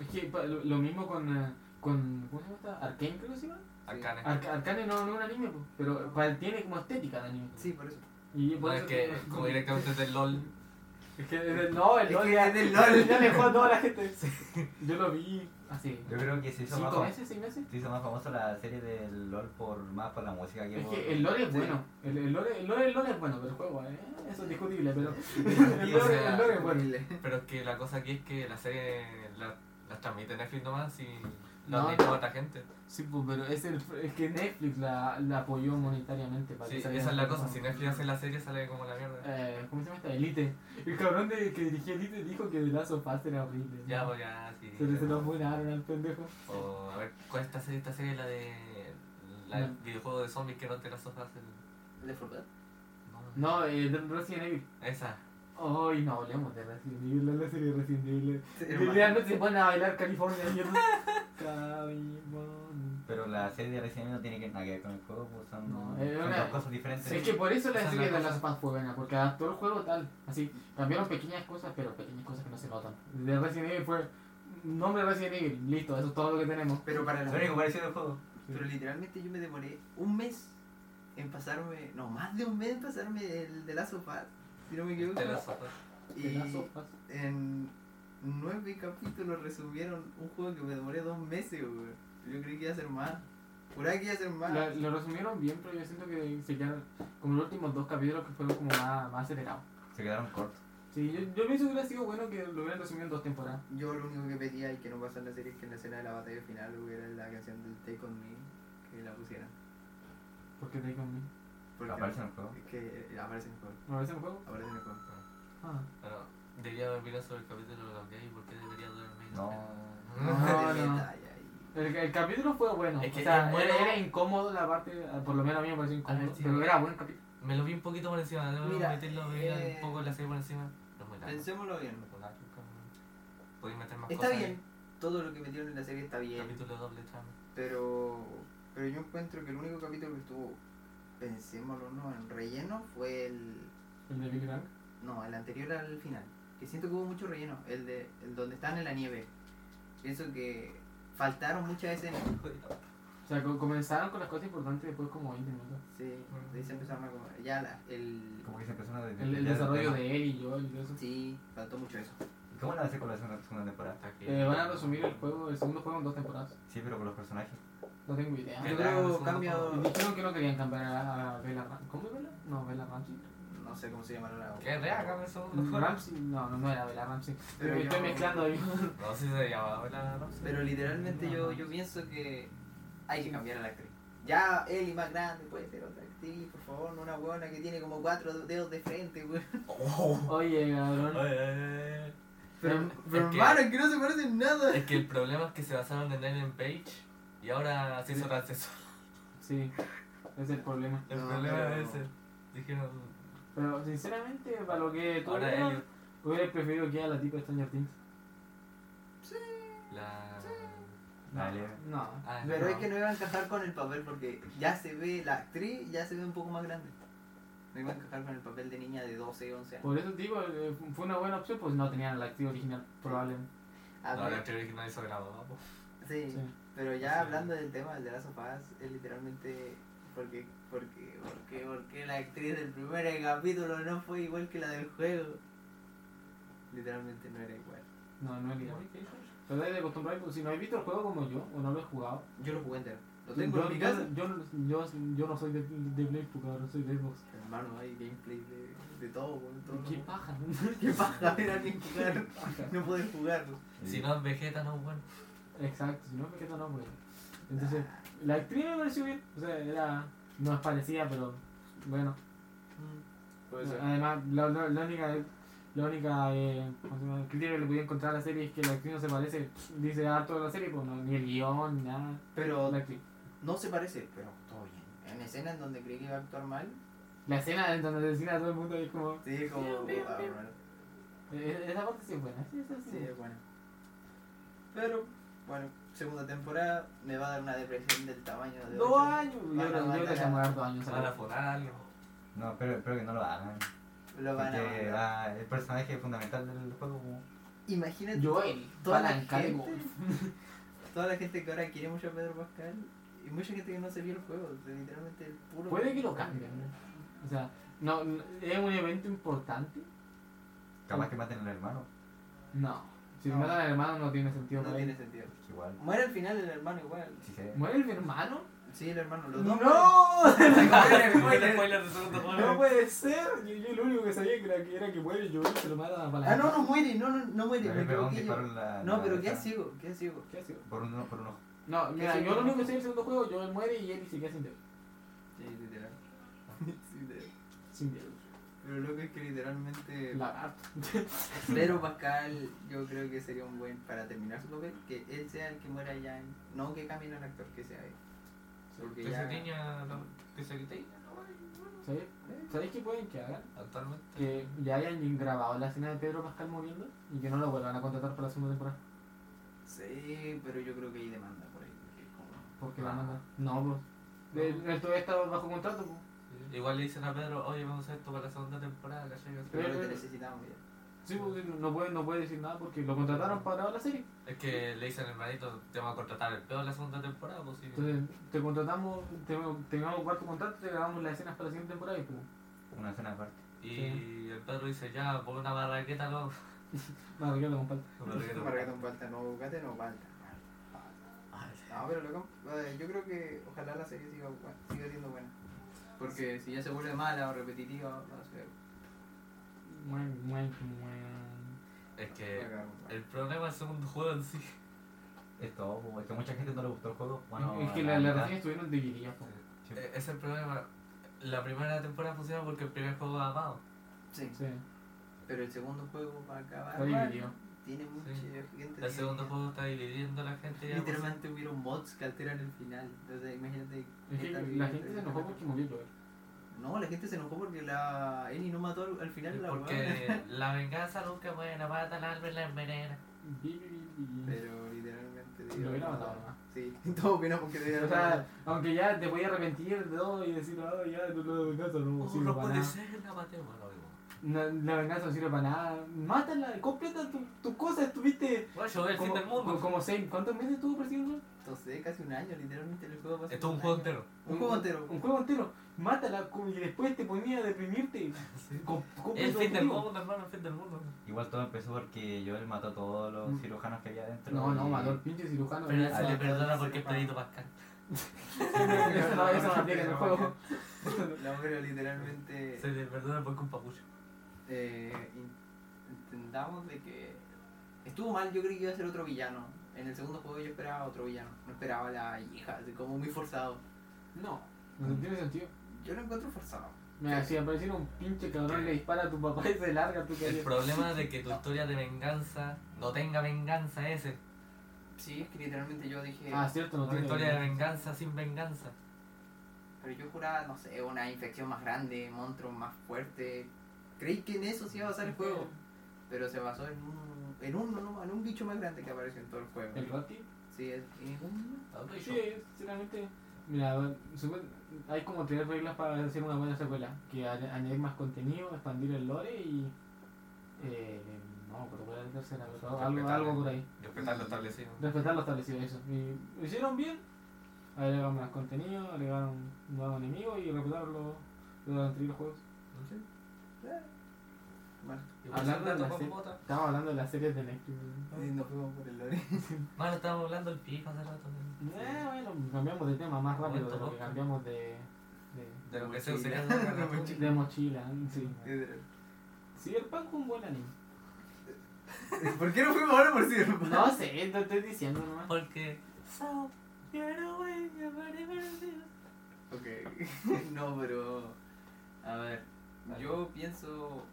Speaker 1: Es que pa- lo lo mismo con. eh, con ¿Cómo se llama esta? Arkane, creo que se llama.
Speaker 3: Arcane.
Speaker 1: Arca- Arcane no, no es un anime, po, pero pa- tiene como estética de anime.
Speaker 2: Sí, por eso.
Speaker 1: Y
Speaker 3: No
Speaker 1: por
Speaker 3: es
Speaker 1: eso
Speaker 3: que, como directamente desde el LOL.
Speaker 1: Es que es del- no, el
Speaker 2: Es
Speaker 1: LOL
Speaker 2: que
Speaker 1: ya,
Speaker 2: es del LOL.
Speaker 1: ya alejó a toda la gente. Yo lo vi hace
Speaker 4: Yo creo que se hizo más
Speaker 1: cinco
Speaker 4: famoso.
Speaker 1: meses, seis meses.
Speaker 4: Se hizo más famosa la serie del LOL por más por la música que
Speaker 1: Es
Speaker 4: por.
Speaker 1: que el lore es
Speaker 2: Sí.
Speaker 1: bueno, el, el lore, el, lore, el lore es bueno, pero el juego, eh, eso es discutible, pero el
Speaker 3: O sea,
Speaker 1: lore, el lore es bueno.
Speaker 2: Horrible.
Speaker 3: Pero es que la cosa aquí es que la serie la, la transmite Netflix nomás y
Speaker 1: No,
Speaker 3: no transmite a otra gente.
Speaker 1: Sí, pues, pero es, el, es que Netflix la, la apoyó monetariamente. Para
Speaker 3: Sí,
Speaker 1: que
Speaker 3: esa
Speaker 1: saliera
Speaker 3: es la
Speaker 1: mejor.
Speaker 3: cosa, si Netflix hace la serie sale como la mierda.
Speaker 1: Eh, ¿Cómo se llama esta? Elite. El cabrón de, que dirigía Elite dijo que The Last of Us era horrible.
Speaker 3: Ya, pues ya, sí.
Speaker 1: Se, le- se lo funaron al pendejo.
Speaker 3: O a ver, ¿cuál es esta serie? Esta serie es la de. La del
Speaker 1: No.
Speaker 3: videojuego de zombies que no te las hojas. el-
Speaker 2: ¿Le forgot?
Speaker 3: No.
Speaker 1: No, eh, de Resident Evil.
Speaker 3: Esa.
Speaker 1: Ay, no hablemos de Resident Evil, la serie de Resident Evil.
Speaker 2: Sí, hermano.
Speaker 1: Literalmente se ponen a bailar California, mierda. California.
Speaker 4: Pero la serie de Resident Evil no tiene que- nada que ver con el juego, pues son,
Speaker 1: No,
Speaker 4: son
Speaker 1: es una-
Speaker 4: dos cosas diferentes.
Speaker 1: Es que por eso
Speaker 3: Esa
Speaker 1: la
Speaker 3: es
Speaker 1: serie
Speaker 3: la
Speaker 1: de
Speaker 3: cosa.
Speaker 1: las Us fue buena, porque adaptó el juego tal. Así, cambiaron pequeñas cosas, pero pequeñas cosas que no se notan. De Resident Evil fue nombre Resident Evil, listo, eso es todo lo que tenemos.
Speaker 2: Pero para
Speaker 4: Es
Speaker 2: la
Speaker 4: lo único parecido al juego.
Speaker 2: Pero literalmente yo me demoré un mes en pasarme, no, más de un mes en pasarme el de Last of Us, si no me equivoco.
Speaker 3: Te las hojas.
Speaker 1: De
Speaker 2: Y
Speaker 1: las sopas.
Speaker 2: en nueve capítulos resumieron un juego que me demoré dos meses, güey. Yo creí que iba a ser más. Juraba que iba a ser más.
Speaker 1: La- lo resumieron bien, pero yo siento que se quedaron como los últimos dos capítulos que fueron como más, más acelerados.
Speaker 4: Se quedaron cortos.
Speaker 1: Sí, yo, yo pienso que hubiera sido bueno que lo hubieran resumido en dos temporadas.
Speaker 2: Yo lo único que pedía y que no pasara en la serie es que en la escena de la batalla final hubiera la canción del Take On Me, que la pusieran.
Speaker 1: Porque te conmigo.
Speaker 2: Porque
Speaker 4: Aparece en el juego.
Speaker 2: Es que eh, aparece en el juego.
Speaker 1: ¿Me parece un juego?
Speaker 2: Aparece en el juego.
Speaker 1: Ah.
Speaker 3: Bueno, debería haber mirado sobre el capítulo de los gays porque debería durar menos.
Speaker 4: No.
Speaker 1: No,
Speaker 2: Te
Speaker 1: no.
Speaker 2: metas ahí.
Speaker 1: El, el capítulo fue bueno.
Speaker 3: Es que
Speaker 1: o sea,
Speaker 3: es bueno.
Speaker 1: era, era incómodo la parte, por lo menos a mí me pareció incómodo.
Speaker 3: ver, sí.
Speaker 1: pero era buen capítulo.
Speaker 3: Me lo vi un poquito por encima, debo
Speaker 2: Mira,
Speaker 3: meterlo
Speaker 2: eh,
Speaker 3: un poco la serie por encima. No es muy largo.
Speaker 2: Pensémoslo bien.
Speaker 3: No es largo, cabrón. Podéis meter más
Speaker 2: Está
Speaker 3: cosas.
Speaker 2: bien, todo lo que metieron en la serie está
Speaker 3: ahí.
Speaker 2: bien,
Speaker 3: Capítulo doble trama.
Speaker 2: pero, pero yo encuentro que el único capítulo que estuvo, pensémoslo no, en relleno fue el,
Speaker 1: El de Big Bang.
Speaker 2: no, el anterior al final, que siento que hubo mucho relleno, el de el donde están en la nieve. Pienso que faltaron muchas escenas,
Speaker 1: O sea, co- comenzaron con las cosas importantes después como 20 minutos.
Speaker 2: sí, de ahí se empezaron a como- ya la- el,
Speaker 4: Como que se empezaron a
Speaker 1: El, el desarrollo de él y yo y todo eso.
Speaker 2: sí, faltó mucho eso.
Speaker 4: ¿Y cómo la hace con la segunda, segunda temporada?
Speaker 3: Hasta que-
Speaker 1: Eh, van a resumir el juego, el segundo juego en dos temporadas.
Speaker 4: Sí, pero con los personajes.
Speaker 1: No tengo idea.
Speaker 3: ¿Qué
Speaker 2: Yo
Speaker 3: tal?
Speaker 2: creo
Speaker 3: Segundo
Speaker 2: cambio,
Speaker 1: Y Dijeron que no querían cambiar a a Bella Ramsey. ¿Cómo es Bella? No, Bella Ramsey. Mm,
Speaker 2: no sé cómo se llama la
Speaker 3: ¿Qué rea, cabrón, eso?
Speaker 1: Ramsey, no, no, no era Bella Ramsey.
Speaker 2: Pero
Speaker 1: Pero me
Speaker 2: yo-
Speaker 1: estoy mezclando ahí.
Speaker 3: No sé si se llamaba la Ramsey.
Speaker 2: Pero literalmente yo, yo pienso que hay que cambiar a la actriz. Ya Eli más grande puede ser otra actriz, por favor, no una buena que tiene como cuatro dedos de frente, weón.
Speaker 3: Oh.
Speaker 1: Oye,
Speaker 3: Ay,
Speaker 1: cabrón.
Speaker 3: ay, ay.
Speaker 2: Pero,
Speaker 1: Es
Speaker 2: pero
Speaker 3: que-
Speaker 2: hermano, es que no se parecen nada.
Speaker 3: Es que el problema es que se basaron en Ellen Page y ahora se hizo transexual.
Speaker 1: Sí, ese es el problema.
Speaker 3: El
Speaker 2: No,
Speaker 3: problema
Speaker 2: pero-
Speaker 3: es ese. Dijeron.
Speaker 1: Pero sinceramente, para lo que tú
Speaker 3: Ahora
Speaker 1: eras,
Speaker 3: Elliot.
Speaker 1: hubiera preferido que a la tipa de Stranger Things.
Speaker 3: La.
Speaker 4: Dale.
Speaker 1: No.
Speaker 3: Ah,
Speaker 2: Pero
Speaker 3: no.
Speaker 2: es que no iba a encajar con el papel porque ya se ve, la actriz ya se ve un poco más grande. No iba a encajar con el papel de niña de 12, 11 años.
Speaker 1: Por eso te digo, eh, fue una buena opción, pues no tenían la actriz original, probablemente.
Speaker 2: Ah,
Speaker 3: No,
Speaker 2: pero-
Speaker 3: la actriz original hizo grabado. po.
Speaker 2: sí,
Speaker 1: Sí.
Speaker 2: pero ya
Speaker 3: Sí.
Speaker 2: hablando del tema del de las sofás, es literalmente porque, porque, porque, porque la actriz del primer capítulo no fue igual que la del juego. Literalmente no era igual.
Speaker 1: No, no es legal. Pero hay que acostumbrar, pues, si no habéis visto el juego como yo, o no lo he jugado.
Speaker 2: Yo lo jugué entero. Lo
Speaker 1: Yo,
Speaker 2: tengo en mi casa.
Speaker 1: yo, yo, yo, yo no soy de, de Play, pues, cabrón, soy de Xbox.
Speaker 2: Hermano, hay gameplay de, de todo, weón, todo.
Speaker 1: ¿Qué paja?
Speaker 2: Qué paja ver a alguien jugar. No puedes jugar.
Speaker 3: Si no es Vegeta, no es bueno.
Speaker 1: Exacto, si no me quedo no, güey. Entonces,
Speaker 2: Ah.
Speaker 1: la actriz me pareció bien. O sea, era. No es parecida, pero. Bueno.
Speaker 2: Puede ser.
Speaker 1: Además, la, la- la única. La única eh, ¿cómo se llama? crítica que le podía encontrar a la serie es que la actriz no se parece. Dice harto de la serie, pues no, ni el guión, ni nada.
Speaker 2: Pero
Speaker 1: La, actriz.
Speaker 2: no se parece, pero todo bien. En escenas donde creí que iba a actuar mal,
Speaker 1: la escena en donde decía a todo el mundo es como.
Speaker 2: sí, como.
Speaker 1: Bien, bien,
Speaker 2: ah,
Speaker 1: bien.
Speaker 2: bueno,
Speaker 1: eh, Esa parte sí es buena. Sí, esa sí.
Speaker 2: Sí, es bueno. Pero, bueno, segunda temporada me va a dar una depresión del tamaño de.
Speaker 1: Dos
Speaker 2: ocho.
Speaker 1: años. Yo
Speaker 2: Van a
Speaker 1: creo yo creo que se
Speaker 2: matar.
Speaker 1: van a dar dos años.
Speaker 3: Se van a
Speaker 1: ¿sabes?
Speaker 3: funar a alguien.
Speaker 4: No, pero espero que no lo hagan.
Speaker 2: Lo van a
Speaker 4: Porque
Speaker 2: mandar.
Speaker 4: ah, el personaje fundamental del juego.
Speaker 2: Imagínate
Speaker 1: Joel,
Speaker 2: toda la
Speaker 1: palanca de
Speaker 2: gente.
Speaker 1: golf.
Speaker 2: toda la gente que ahora quiere mucho a Pedro Pascal y mucha gente que no se vio el juego. o sea, Literalmente el puro.
Speaker 1: Puede que lo cambien. O sea, no, no- es un evento importante.
Speaker 4: Capaz que maten al hermano.
Speaker 1: No. Si
Speaker 2: No.
Speaker 1: matan al hermano no tiene sentido.
Speaker 2: No
Speaker 1: para
Speaker 2: tiene
Speaker 1: él.
Speaker 2: sentido.
Speaker 4: Igual.
Speaker 2: Muere al final el hermano igual.
Speaker 4: Si se.
Speaker 1: ¿Muere el hermano?
Speaker 2: Sí, el hermano, los dos.
Speaker 1: ¡No!
Speaker 3: Spoiler, spoiler de segundo
Speaker 1: No
Speaker 3: juego.
Speaker 1: puede ser. Yo, yo lo único que sabía que era que, era que muere yo se lo mata a palanca.
Speaker 2: Ah, no, no muere, no, no, no muere.
Speaker 4: Le
Speaker 2: me
Speaker 4: había pegado un
Speaker 2: equivoqué
Speaker 4: disparo
Speaker 2: yo.
Speaker 4: en la. en
Speaker 2: No,
Speaker 4: la
Speaker 2: pero queda
Speaker 4: cabeza
Speaker 2: ciego, queda ciego.
Speaker 1: ¿Qué ha sido?
Speaker 4: Por un, por un ojo.
Speaker 1: No, mira,
Speaker 2: sí,
Speaker 1: yo lo
Speaker 2: no.
Speaker 1: único que sé del segundo juego, yo muere y él se queda sin dedo.
Speaker 2: Sí, literal. Sí, literal.
Speaker 1: Sin dedo.
Speaker 2: Pero lo que es que literalmente
Speaker 1: Lagarto.
Speaker 2: Pedro Pascal yo creo que sería un buen para terminar su papel, que él sea el que muera ya, en- no que cambien al actor que sea él. Porque
Speaker 3: Que se
Speaker 2: ya...
Speaker 3: tiña, no- que se quite, no, bueno.
Speaker 1: ¿Sabes? ¿Sabes qué pueden que hagan?
Speaker 3: Actualmente.
Speaker 1: Que ya hayan grabado la escena de Pedro Pascal muriendo y que no lo vuelvan a contratar para la segunda temporada.
Speaker 2: Sí, pero yo creo que hay demanda por ahí. porque es como-
Speaker 1: Porque
Speaker 3: Ah.
Speaker 1: la mandan. No, bro. Él, él todavía está bajo contrato, pues.
Speaker 3: Igual le dicen a Pedro, oye, vamos a hacer esto para la segunda temporada, ¿cachai?
Speaker 2: Pero
Speaker 1: Pero-
Speaker 2: lo que necesitamos ya.
Speaker 1: Sí, porque no puede, no puede decir nada porque lo contrataron para la serie.
Speaker 3: Es que le dicen al hermanito, te vamos a contratar el peor la segunda temporada, pues sí.
Speaker 1: Entonces, te contratamos, te, te ganamos cuarto contrato, te grabamos las escenas para la siguiente temporada y como,
Speaker 4: Una escena aparte.
Speaker 3: Y
Speaker 1: sí.
Speaker 3: el Pedro dice, ya, pon una barraqueta, no.
Speaker 1: nada, yo lo comparto.
Speaker 3: Una barraqueta.
Speaker 2: Para que no falta, no, Bugatti no falta. No, pero loco, eh, yo creo que ojalá la serie siga, bu- siga siendo buena. Porque si ya se vuelve mala o repetitiva, va a ser.
Speaker 1: Muen, muen, muen.
Speaker 3: Es
Speaker 2: va a
Speaker 3: que
Speaker 2: cagar mucho.
Speaker 3: Eh, el problema es el segundo juego en sí.
Speaker 4: Esto, es que a mucha gente no le gustó el juego. Bueno,
Speaker 1: es que
Speaker 4: la
Speaker 1: las la
Speaker 4: mitad.
Speaker 1: reseñas estuvieron divididas. po.
Speaker 4: Sí.
Speaker 3: E- Es el problema. La primera temporada funciona porque el primer juego va amado.
Speaker 2: Sí,
Speaker 1: Sí,
Speaker 2: pero el segundo juego va a acabar.
Speaker 1: está
Speaker 2: mal.
Speaker 1: dividido.
Speaker 2: Tiene mucha
Speaker 3: Sí.
Speaker 2: gente.
Speaker 3: El segundo
Speaker 2: dividida.
Speaker 3: juego está dividiendo a la gente. ya por sí.
Speaker 2: Literalmente hubieron mods que alteran el final. Entonces, imagínate.
Speaker 1: Es que la
Speaker 2: estar viviendo
Speaker 1: gente se
Speaker 2: ese
Speaker 1: enojó
Speaker 2: relato.
Speaker 1: porque murió Joel.
Speaker 2: No, la gente se enojó porque la Ellie no mató al, al final la weá.
Speaker 3: Porque la venganza nunca buena, mata al alma y la envenena.
Speaker 1: Bi, bi, bi, bi.
Speaker 2: Pero literalmente.
Speaker 1: Si lo hubiera
Speaker 2: digamos,
Speaker 1: matado, ¿no?
Speaker 2: Sí, todo opinó porque te
Speaker 1: O
Speaker 2: hubiera
Speaker 1: sea, aunque ya te voy a arrepentir de todo y decir, ah, ya, no, la venganza no
Speaker 3: Uh,
Speaker 1: sirve
Speaker 3: no
Speaker 1: para
Speaker 3: puede
Speaker 1: nada.
Speaker 3: ser, la maté. Bueno, digo.
Speaker 1: No, la venganza no sirve para nada. Mátala, completa tu- tus cosas. Estuviste
Speaker 3: Bueno, yo voy al fin
Speaker 1: como,
Speaker 3: del mundo.
Speaker 1: como seis, ¿cuántos meses estuvo persiguiendo?
Speaker 2: Entonces, casi un año, literalmente el juego pasó.
Speaker 3: Esto es un juego
Speaker 2: año.
Speaker 3: entero.
Speaker 2: Un juego entero.
Speaker 1: Un juego entero. Mátala cu- y después te ponía a deprimirte. Com- cumple
Speaker 3: El
Speaker 1: tu
Speaker 3: fin del
Speaker 1: objetivo.
Speaker 3: mundo, hermano, el fin del mundo.
Speaker 1: Ah,
Speaker 4: Igual todo empezó porque Joel mató a todos los
Speaker 1: Mm.
Speaker 4: cirujanos que había adentro.
Speaker 1: No, no,
Speaker 4: y-
Speaker 1: mató al pinche cirujano.
Speaker 3: Pero
Speaker 1: Eso-
Speaker 3: se le perdona porque es
Speaker 2: sí,
Speaker 1: ah,
Speaker 3: Pedrito Pascal.
Speaker 1: eso no, eso no aplica en el juego.
Speaker 2: No, pero literalmente.
Speaker 3: Se le perdona porque es un papucho.
Speaker 2: eh, in- intentamos de que estuvo mal yo creí que iba a ser otro villano en el segundo juego yo esperaba otro villano no esperaba a la hija así como muy forzado
Speaker 1: No, no tiene sentido.
Speaker 2: yo lo encuentro forzado
Speaker 1: Mira, si apareciera un pinche cabrón le dispara a tu papá y se larga tu
Speaker 3: El
Speaker 1: calle.
Speaker 3: problema de que tu historia de venganza no tenga venganza ese.
Speaker 2: sí es que literalmente yo dije
Speaker 1: Ah, cierto, no
Speaker 3: Una
Speaker 1: tiene.
Speaker 3: historia de venganza sin venganza.
Speaker 2: pero yo juraba no sé una infección más grande monstruo más fuerte creí que en eso se iba a basar el juego pero se basó en un en un, no, en un bicho más grande que apareció en todo el juego
Speaker 1: ¿El Gotti?
Speaker 2: sí es es un
Speaker 3: ¿A dónde
Speaker 1: Sí,
Speaker 3: yo?
Speaker 1: es, sinceramente. Mira, supo- hay como tres reglas para hacer una buena secuela: que a- añadir más contenido, expandir el lore y. Eh, no, pero voy a la tercera, pero algo,
Speaker 3: eh.
Speaker 1: algo por ahí.
Speaker 3: Respetar lo establecido.
Speaker 1: Respetar lo establecido, eso. Y lo hicieron bien, agregaron más contenido, agregaron nuevos enemigos y respetaron los los anteriores juegos.
Speaker 2: eh, bueno
Speaker 1: Hablando de la
Speaker 3: Tocó
Speaker 1: se-
Speaker 3: bota.
Speaker 1: Estábamos hablando de las series de Netflix.
Speaker 2: y nos fuimos por el lore
Speaker 3: Mano, estábamos hablando del FIFA hace rato.
Speaker 1: Eh, bueno, cambiamos de tema más rápido de lo que cambiamos de.
Speaker 3: De lo que se
Speaker 2: Mochila.
Speaker 3: usaría
Speaker 2: La mochila. Eh.
Speaker 1: de, de mochila, sí.
Speaker 2: Literal.
Speaker 1: Sí, el pan con buen anime.
Speaker 2: ¿Por qué no fuimos ahora por si
Speaker 1: No sé, no estoy diciendo nomás.
Speaker 3: Porque. So, you're the way you're
Speaker 2: Ok, no, pero. A ver,
Speaker 4: Dale.
Speaker 2: yo pienso.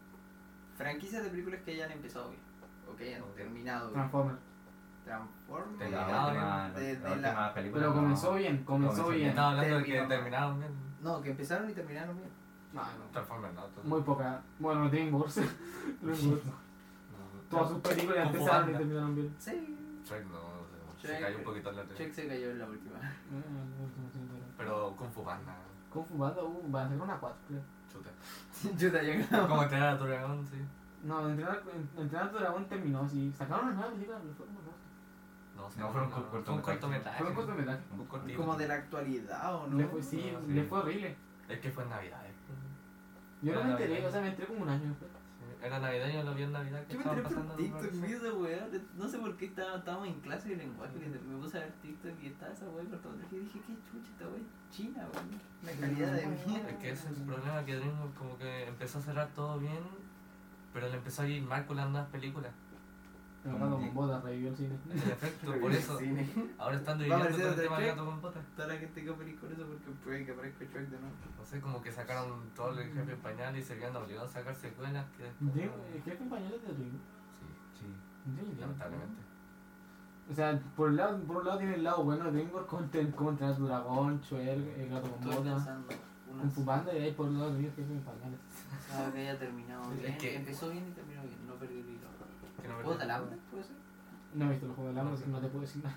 Speaker 2: Franquicias de películas que hayan empezado bien, o que hayan
Speaker 3: Ok.
Speaker 2: terminado bien.
Speaker 1: Transformers.
Speaker 2: Transformers.
Speaker 4: De
Speaker 3: Te
Speaker 4: la,
Speaker 3: Ah,
Speaker 4: última,
Speaker 2: de-
Speaker 4: la
Speaker 2: de
Speaker 4: última
Speaker 2: la-
Speaker 4: película.
Speaker 1: Pero
Speaker 4: no.
Speaker 1: comenzó bien, comenzó
Speaker 4: Comenzó
Speaker 1: bien.
Speaker 4: bien.
Speaker 3: Estaba hablando de que
Speaker 2: Terminó.
Speaker 3: terminaron bien.
Speaker 2: No, que empezaron y terminaron bien.
Speaker 1: No, no.
Speaker 3: Transformers, no. todo.
Speaker 1: Muy poca. Bueno, DreamWorks. DreamWorks.
Speaker 3: No,
Speaker 1: Todas sus películas
Speaker 3: Como
Speaker 1: empezaron y
Speaker 3: banda.
Speaker 1: terminaron bien.
Speaker 2: Sí.
Speaker 3: Shrek no, no sé,
Speaker 2: Shrek.
Speaker 3: se cayó un poquito en la tele.
Speaker 2: Check se cayó en la última.
Speaker 3: Pero Kung Fu Panda,
Speaker 1: Eh, Con Fubando uh, van a ser una 4, creo.
Speaker 3: chuta.
Speaker 2: Chuta, yo creo.
Speaker 3: Como entrenar a tu dragón, sí.
Speaker 1: No, entrenar, entrenar tu dragón terminó, sí. Sacaron una nueva película, pero fue como dos.
Speaker 3: No,
Speaker 4: No, fueron cor-
Speaker 3: fue un cortometraje.
Speaker 4: cortometrajes.
Speaker 1: Fue un cortometraje.
Speaker 3: Un cortito.
Speaker 2: Como de la actualidad o no.
Speaker 1: Le fue, sí,
Speaker 3: Ah, sí.
Speaker 1: le fue horrible.
Speaker 3: Es que fue en Navidad, eh.
Speaker 1: Yo no
Speaker 3: Era
Speaker 1: me
Speaker 3: Navidad.
Speaker 1: enteré, o sea, me enteré como un año después.
Speaker 3: Sí, Era Navidad, yo lo vi en Navidad. que
Speaker 2: Yo me
Speaker 3: estaban
Speaker 2: enteré por
Speaker 3: pasando en
Speaker 2: TikTok,
Speaker 3: el
Speaker 2: me
Speaker 3: barrio.
Speaker 2: hizo weá. No sé por qué estaba, estábamos en clase de lenguaje. y Me puse a ver TikTok y estaba esa weá de cortometraje. Y dije, qué chucha esta weá es china, weón. La calidad de mierda.
Speaker 3: Es que ese es el problema que Dream como que empezó a cerrar todo bien, pero le empezó a ir mal con las nuevas películas.
Speaker 1: Pero gato con botas revivió el cine.
Speaker 3: En efecto, por eso
Speaker 2: Cine.
Speaker 3: ahora están
Speaker 2: Va a
Speaker 3: dividiendo todo
Speaker 2: aparecer
Speaker 3: el
Speaker 2: otra
Speaker 3: tema de
Speaker 2: Shrek.
Speaker 3: gato con botas.
Speaker 2: Toda la gente que feliz con eso porque puede que aparezca Shrek de nuevo.
Speaker 3: No sé, como que sacaron todo el jefe español y se vieron obligados a sacar secuelas que después- eh,
Speaker 1: Dream, el jefe español es de Dream.
Speaker 3: Sí,
Speaker 4: Sí.
Speaker 1: Dream,
Speaker 3: lamentablemente.
Speaker 1: O sea, por, el lado, por un lado tiene el lado bueno de DreamWorks con, Ten- con Tras Dragón, Chuel, el gato con
Speaker 2: Estoy
Speaker 1: botas,
Speaker 2: pensando.
Speaker 1: con
Speaker 2: Una
Speaker 1: Fubanda y ahí por el lado de que es en pañales.
Speaker 2: saga que haya terminado
Speaker 3: Es
Speaker 2: bien.
Speaker 3: que-
Speaker 2: Empezó bien y terminó bien. No perdí el hilo.
Speaker 3: Que no me
Speaker 2: ¿Puedo
Speaker 3: acuerdo.
Speaker 2: talambre? ¿Puede ser?
Speaker 1: No he visto el juego del hambre, así que no te puedo decir nada.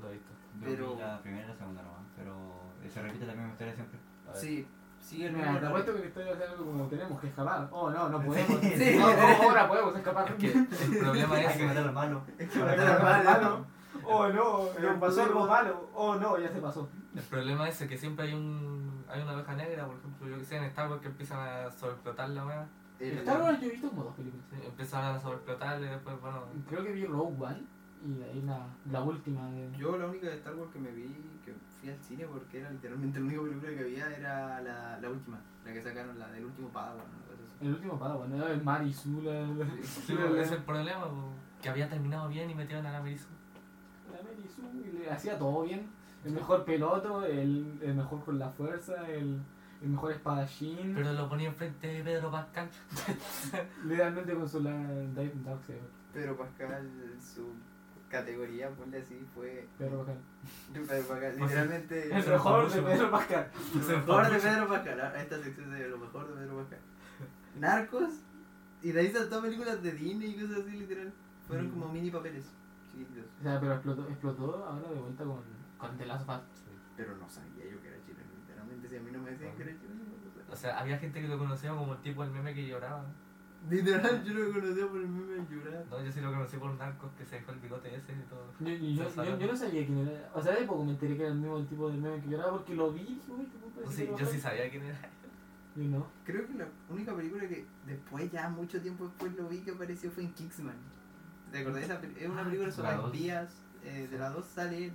Speaker 3: Lo he visto.
Speaker 4: Yo
Speaker 2: Pero-
Speaker 4: vi la primera y la segunda nomás, pero eh, se repite la misma historia siempre. A ver.
Speaker 2: Sí. Sigue el mismo
Speaker 1: Mira, te
Speaker 2: horario.
Speaker 1: apuesto que la historia va a ser algo como tenemos que escapar. Oh, no, no podemos.
Speaker 2: Sí.
Speaker 1: No, no, ahora podemos escapar.
Speaker 3: Es que el problema
Speaker 4: Hay
Speaker 3: es
Speaker 4: que matar
Speaker 3: que
Speaker 4: al malo.
Speaker 2: Es que
Speaker 1: Ahora
Speaker 2: me
Speaker 1: podemos
Speaker 2: da
Speaker 1: escapar.
Speaker 2: la mano.
Speaker 1: Oh, no, nos pasó algo malo. Oh, no, ya se pasó.
Speaker 3: el problema es que siempre hay un hay una abeja negra, por ejemplo, yo que sé, en Star Wars que empiezan a sobreexplotar la weá.
Speaker 2: El-
Speaker 1: Star Wars yo he visto como dos películas.
Speaker 3: Sí, empiezan a sobreexplotar y después, bueno,
Speaker 1: Creo que vi Rogue One Y de ahí la, la última de.
Speaker 2: Yo la única de Star Wars que me vi, que fui al cine porque era literalmente la única película que había, era la, la última, la que sacaron, la del último Padawan, una cosa así.
Speaker 1: El último Padawan, era el Marisu, la. la-
Speaker 3: Sí, pues, ese es el problema, pues, que había terminado bien y metieron a la Merisu.
Speaker 1: la Marisu, y le hacía todo bien. El mejor piloto, el, el mejor con la fuerza, el, el mejor espadachín.
Speaker 3: Pero lo ponía enfrente de Pedro Pascal.
Speaker 1: Literalmente con su la, Dave Darkseid.
Speaker 2: Pero Pascal, su categoría, ponle así, fue.
Speaker 1: Pedro Pascal.
Speaker 2: Pedro Pascal,
Speaker 3: Pues,
Speaker 2: literalmente.
Speaker 1: El mejor de Pedro Pascal.
Speaker 2: Lo mejor de Pedro Pascal, ah, esta sección de lo mejor de Pedro Pascal. Narcos, y de ahí saltó películas de Disney y cosas así, literal. Fueron como mini papeles chiquititos.
Speaker 1: O sea, pero explotó, explotó ahora de vuelta con, con The Last of Us.
Speaker 2: Pero no sabía yo que era chileno, literalmente. Si a mí no me decían que era chileno, no lo sabía.
Speaker 3: O sea, había gente que lo conocía como el tipo del meme que lloraba.
Speaker 2: Literal, yo lo conocía por el meme de llorar.
Speaker 3: No, yo sí lo conocí por narcos que se dejó el bigote ese y todo.
Speaker 1: Yo, yo, yo, yo no sabía quién era. O sea, de poco me enteré que era el mismo el tipo de meme que yo era porque lo vi y dije, uy, qué puto
Speaker 3: No
Speaker 1: es
Speaker 3: sé,
Speaker 1: Pedro
Speaker 3: yo Pues sí
Speaker 1: Pascal.
Speaker 3: sabía quién era.
Speaker 1: Yo no.
Speaker 2: Creo que la única película que después, ya mucho tiempo después, lo vi que apareció fue en Kingsman. ¿Te acordás? de esa peli- Es una película sobre
Speaker 3: La dos.
Speaker 2: espías. eh, de la dos sale él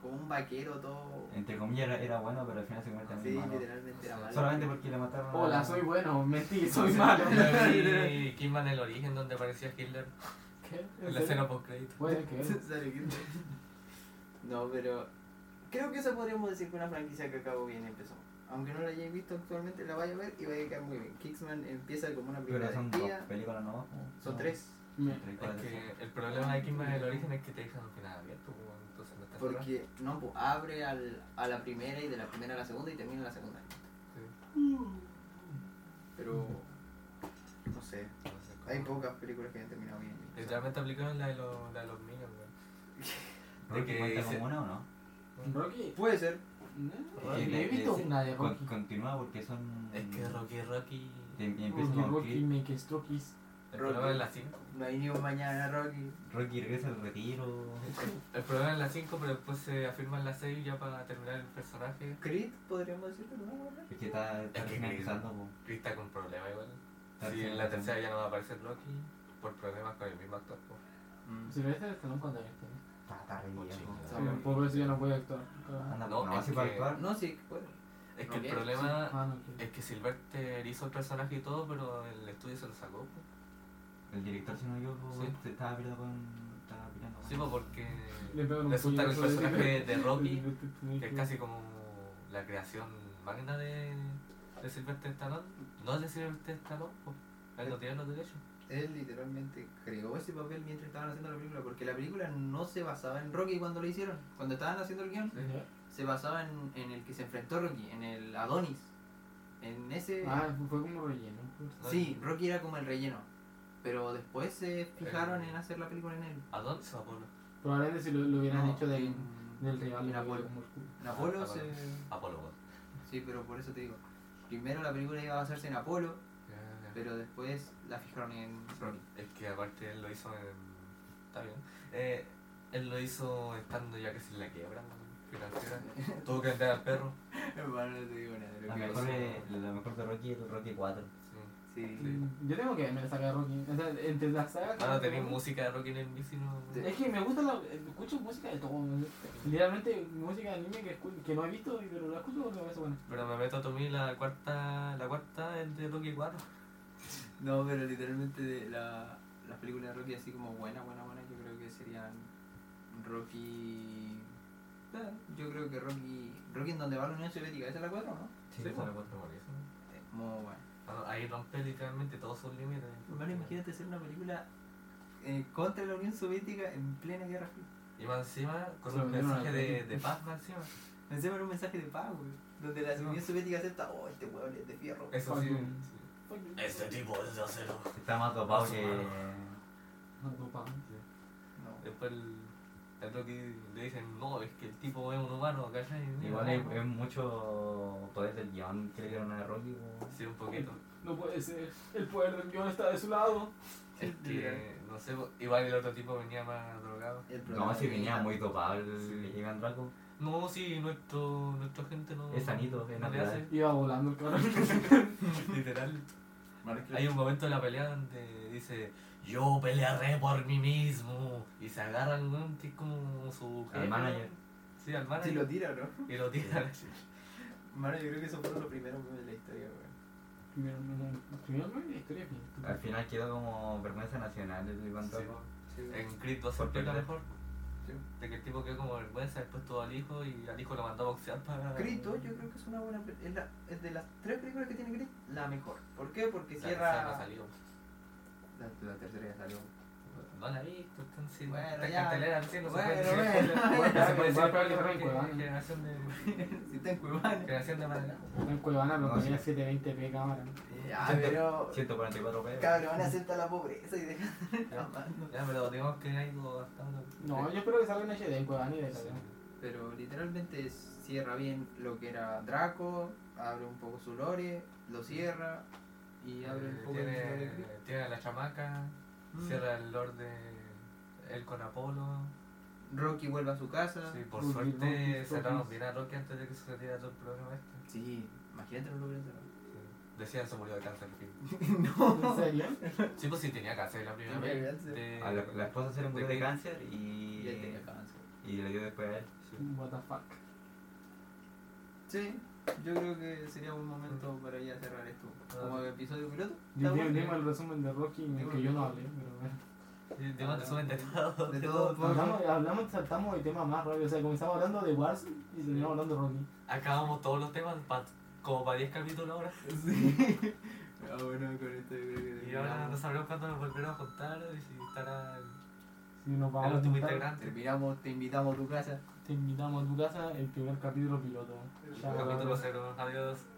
Speaker 2: como un vaquero todo.
Speaker 4: Entre comillas era, era bueno, pero al final se convierte en
Speaker 2: Sí,
Speaker 4: malo.
Speaker 2: literalmente era malo.
Speaker 4: Solamente porque le mataron a-
Speaker 1: Hola, soy bueno, mentí, soy malo.
Speaker 3: Y Kidman el origen donde aparecía Hitler
Speaker 1: ¿Qué? ¿En
Speaker 3: en la
Speaker 1: serio?
Speaker 3: escena post crédito.
Speaker 1: Puede que.
Speaker 2: Sale Kingsman. No, pero creo que eso podríamos decir que una franquicia que acabó bien empezó. Aunque no la hayáis visto actualmente, la vaya a ver y vaya a quedar muy bien. Kingsman empieza como una película
Speaker 4: Pero son
Speaker 2: de
Speaker 4: dos
Speaker 2: espía.
Speaker 4: películas, ¿no?
Speaker 2: Son
Speaker 4: No.
Speaker 2: tres.
Speaker 1: Me-
Speaker 4: Tres,
Speaker 3: Es
Speaker 4: cuatro,
Speaker 3: que el problema de Kidman el origen es que te dejan un final abierto, pues, entonces no está cerrado.
Speaker 2: Porque no po, abre al, a la primera y de la primera a la segunda y termina en la segunda.
Speaker 1: Uh.
Speaker 2: Pero no sé,
Speaker 3: Entonces,
Speaker 2: hay
Speaker 3: como-
Speaker 2: pocas películas que hayan terminado bien.
Speaker 3: Literalmente aplicaron la de, los- la de los niños, güey.
Speaker 4: ¿Rocky
Speaker 3: De que
Speaker 4: cuenta
Speaker 3: se-
Speaker 4: como una o no?
Speaker 1: Rocky.
Speaker 2: Puede ser,
Speaker 1: No,
Speaker 4: Eh,
Speaker 1: yo he
Speaker 4: le-
Speaker 1: visto
Speaker 4: le-
Speaker 1: una de
Speaker 4: con-
Speaker 1: Rocky.
Speaker 4: Continúa porque son.
Speaker 3: Es que Rocky Rocky.
Speaker 4: Y, em- y empieza
Speaker 1: Rocky,
Speaker 4: con
Speaker 1: Rocky,
Speaker 4: Rocky.
Speaker 1: make strokes.
Speaker 3: El problema de las 5.
Speaker 2: no hay ni un mañana, Rocky.
Speaker 4: Rocky regresa al retiro.
Speaker 3: El problema es las 5, pero después se afirma en las 6 ya para terminar el personaje.
Speaker 2: Creed, podríamos decir que no, ¿verdad?
Speaker 4: Es que está, está
Speaker 3: Es que
Speaker 4: recién
Speaker 3: creo.
Speaker 4: empezando, po.
Speaker 3: Chris está con problemas igual.
Speaker 4: Está
Speaker 3: Si
Speaker 4: recién
Speaker 3: en la
Speaker 4: empezando.
Speaker 3: tercera ya no va a aparecer Rocky, por problemas con el mismo actor. pues.
Speaker 4: Mm.
Speaker 1: Si lo ves en el salón cuando ya está.
Speaker 4: Está, está re
Speaker 3: Mucho.
Speaker 4: viejo.
Speaker 1: Sí, Pobre, si ya no puede actuar. Ah,
Speaker 4: Anda,
Speaker 3: No,
Speaker 4: Ah, no,
Speaker 3: es
Speaker 4: así para
Speaker 3: que-
Speaker 4: actuar.
Speaker 2: No, sí, puede.
Speaker 3: Es que el
Speaker 2: Ok,
Speaker 3: problema
Speaker 1: ah, no, que-
Speaker 3: es que Silvester hizo el personaje y todo, pero el estudio se lo sacó. pues.
Speaker 4: El director, si no yo, po,
Speaker 3: Sí.
Speaker 4: se estaba peleando con. Estaba peleando con.
Speaker 3: Sí, pues, porque
Speaker 1: Le pegan un
Speaker 3: resulta que el
Speaker 1: puñetazo de-
Speaker 3: personaje de Rocky que es
Speaker 1: que-
Speaker 3: casi como la creación magna de, de Sylvester Stallone. No es de Sylvester Stallone, pues, él no tiene los derechos.
Speaker 2: Él literalmente creó ese papel mientras estaban haciendo la película, porque la película no se basaba en Rocky cuando lo hicieron. Cuando estaban haciendo el guión,
Speaker 1: Ya.
Speaker 2: se basaba en, en el que se enfrentó Rocky, en el Adonis. En ese...
Speaker 1: Ah, fue como relleno. pues.
Speaker 2: Sí, Rocky era como el relleno. Pero después se fijaron
Speaker 1: Eh,
Speaker 2: en hacer la película en él.
Speaker 3: ¿A dónde se va Apolo?
Speaker 1: Probablemente si lo, lo hubieran
Speaker 2: No,
Speaker 1: hecho del,
Speaker 2: en-
Speaker 1: del rival
Speaker 2: en
Speaker 1: lo
Speaker 2: Apolo.
Speaker 1: hubiera como-
Speaker 2: En Apolo
Speaker 3: Ah,
Speaker 2: se...
Speaker 3: Apolo. Apolo, bueno.
Speaker 2: Sí, pero por eso te digo. Primero la película iba a basarse en Apolo, pero después la fijaron en Rocky.
Speaker 3: Eh, Es que aparte él lo hizo en. Está bien. Eh, él lo hizo estando ya casi en la quiebra ¿no? financiera. Tuvo que vender al perro.
Speaker 2: Hermano, no te digo nada de lo
Speaker 4: La
Speaker 1: Ah,
Speaker 2: que
Speaker 4: mejor,
Speaker 2: pasó.
Speaker 4: es- la mejor de Rocky es el Rocky 4.
Speaker 3: Sí.
Speaker 2: Sí.
Speaker 1: Mm, Yo tengo que verme la saga de Rocky. O sea, entre la saga.
Speaker 3: Ahora tenéis música de Rocky en el bici, no.
Speaker 2: Sí.
Speaker 1: Es que me gusta la. Escucho música de todo. Literalmente, música de anime que, escu- que no he visto, y- pero la escucho porque me parece buena.
Speaker 3: Pero me meto a tomar la cuarta. La cuarta es de Rocky 4.
Speaker 2: No, pero literalmente de la, las películas de Rocky así como buena, buena, buena, yo creo que serían Rocky... Ah, Yo creo que Rocky... Rocky en donde va la Unión Soviética, ¿esa es la 4 o no?
Speaker 3: Sí, sí, la cuarta por eso.
Speaker 2: Eh, Muy buena.
Speaker 3: Ah, Ahí rompe literalmente todos sus límites.
Speaker 2: Hermano, imagínate hacer una película eh, contra la Unión Soviética en plena guerra fría.
Speaker 3: Y más encima, con
Speaker 1: Se
Speaker 3: un
Speaker 1: vendieron
Speaker 3: mensaje
Speaker 1: al
Speaker 3: de,
Speaker 1: Rocky.
Speaker 3: de paz más encima.
Speaker 2: Pensemos en un mensaje de paz, güey. Donde la Unión Soviética acepta, oh, este hueón es de fierro.
Speaker 3: Eso sí.
Speaker 1: Fucking-
Speaker 3: sí. Este tipo es de acero.
Speaker 4: Está más dopado
Speaker 3: Más
Speaker 4: que.
Speaker 1: No, no, pa.
Speaker 2: No.
Speaker 3: Después el, el Rocky le dicen, no, es que el tipo es un humano, ¿cachai? Mira,
Speaker 4: Igual es,
Speaker 3: ¿no?
Speaker 4: es mucho poder del guión que le dieron a Rocky. po.
Speaker 3: Sí, un poquito.
Speaker 1: No puede ser. El poder del guión está de su lado.
Speaker 3: Es que, no sé, igual el otro tipo venía más drogado.
Speaker 2: El problema
Speaker 4: No, si
Speaker 2: es que-
Speaker 4: venía muy dopado el Iván Draco.
Speaker 3: No, sí, nuestro, nuestra gente no...
Speaker 4: Es sanito, es
Speaker 3: no le hace,
Speaker 4: natural.
Speaker 1: Iba volando el cabrón.
Speaker 3: literal.
Speaker 2: Hermano, es que-
Speaker 3: Hay un momento de la pelea donde dice, yo pelearé por mí mismo. Y se agarran, weón, que es como su
Speaker 4: Al
Speaker 3: jefe,
Speaker 4: manager.
Speaker 3: weón. Sí, al
Speaker 2: Si lo
Speaker 3: manager.
Speaker 2: tira, ¿no?
Speaker 3: Y lo tiran.
Speaker 2: Mano, yo creo que eso fue lo primero que de la historia, weón.
Speaker 1: Primero, no, no, primero no, la historia es bien estúpida.
Speaker 4: Al final quedó como vergüenza nacional el cuanto.
Speaker 3: Sí.
Speaker 2: Sí, weón.
Speaker 3: En Creed 2 se
Speaker 4: Por
Speaker 3: explica
Speaker 4: perder.
Speaker 3: mejor.
Speaker 2: Sí.
Speaker 3: De que el tipo quedó como vergüenza, después tuvo al hijo y al hijo lo mandó a boxear para.
Speaker 2: Grito, yo creo que es una buena. pel- Es, la, es de las tres películas que tiene Grit, la mejor. ¿Por qué? Porque
Speaker 3: La
Speaker 2: cierra.
Speaker 3: tercera no salió.
Speaker 2: La, la tercera ya salió.
Speaker 3: No la he visto, está en cine.
Speaker 2: Bueno,
Speaker 3: Está en
Speaker 2: ya.
Speaker 3: cartelera al cine, no se
Speaker 2: Bueno,
Speaker 3: puede decir.
Speaker 2: bueno.
Speaker 3: Bueno, no se puede
Speaker 1: Bueno,
Speaker 3: decir
Speaker 1: pero
Speaker 3: porque
Speaker 1: que Franco, ¿eh?
Speaker 3: generación de.
Speaker 2: si está en Cuevana.
Speaker 3: Generación de madera.
Speaker 1: Está en Cuevana, pero
Speaker 4: No,
Speaker 1: ponía
Speaker 4: sí.
Speaker 1: 720p cámara.
Speaker 2: Ya,
Speaker 4: Siento-
Speaker 2: Eh, ah, pero.
Speaker 4: 144 pesos.
Speaker 2: Cabrón, acepta la pobreza y deja de estar amando.
Speaker 3: Ya, pero tenemos que ir algo hasta ahora.
Speaker 1: No, yo espero que salga en HD en Cuevana y de la
Speaker 3: Sí.
Speaker 2: Pero literalmente cierra bien lo que era Draco, abre un poco su lore, lo cierra y abre un
Speaker 3: Eh,
Speaker 2: poco el lore de
Speaker 3: tiene,
Speaker 2: Grit.
Speaker 3: tiene a la chamaca,
Speaker 2: Mm.
Speaker 3: cierra el Lord de. Él con Apolo.
Speaker 2: Ah. Rocky vuelve a su casa.
Speaker 3: Sí, por
Speaker 1: Rocky,
Speaker 3: suerte
Speaker 1: Rocky,
Speaker 3: cerraron
Speaker 1: Rocky.
Speaker 3: bien a Rocky antes de que se retirara todo el programa este.
Speaker 2: Sí, imagínate lo que
Speaker 3: Decían se murió de cáncer. en fin.
Speaker 1: ¿En serio?
Speaker 3: Sí, pues sí tenía cáncer la primera
Speaker 2: Tenía
Speaker 3: vez.
Speaker 2: cáncer.
Speaker 3: de-
Speaker 1: Ah,
Speaker 4: A la, la esposa se le murió de
Speaker 3: de-
Speaker 4: cáncer
Speaker 2: Y él tenía
Speaker 4: y,
Speaker 2: cáncer.
Speaker 4: y le dio después a él.
Speaker 3: Sí.
Speaker 1: What the fuck.
Speaker 2: Sí, yo creo que sería buen momento para ya cerrar esto. Como
Speaker 3: Ah.
Speaker 2: episodio piloto.
Speaker 1: Yo
Speaker 2: ¿Está
Speaker 1: vi
Speaker 2: bueno?
Speaker 1: el resumen de Rocky en el que yo no hablé, pero bueno.
Speaker 3: Sí, De más resumen de todo.
Speaker 2: De todo, po.
Speaker 1: Hablamos, hablamos, saltamos de temas más rápido. O sea, comenzamos hablando de Wars y terminamos hablando de Rocky.
Speaker 3: Acabamos todos los temas pa- como para 10 capítulos ahora.
Speaker 2: Sí. Ah, bueno, con esto yo creo que
Speaker 3: Y ahora no
Speaker 2: terminamos,
Speaker 3: sabremos cuándo nos volveremos a juntar y si estará el-
Speaker 1: Si nos vamos
Speaker 3: el
Speaker 1: a
Speaker 3: último
Speaker 1: juntar,
Speaker 3: integrante.
Speaker 2: terminamos, te invitamos a tu casa.
Speaker 1: te invitamos a tu casa el primer capítulo piloto.
Speaker 2: El
Speaker 1: Chao.
Speaker 3: Capítulo 0. Adiós.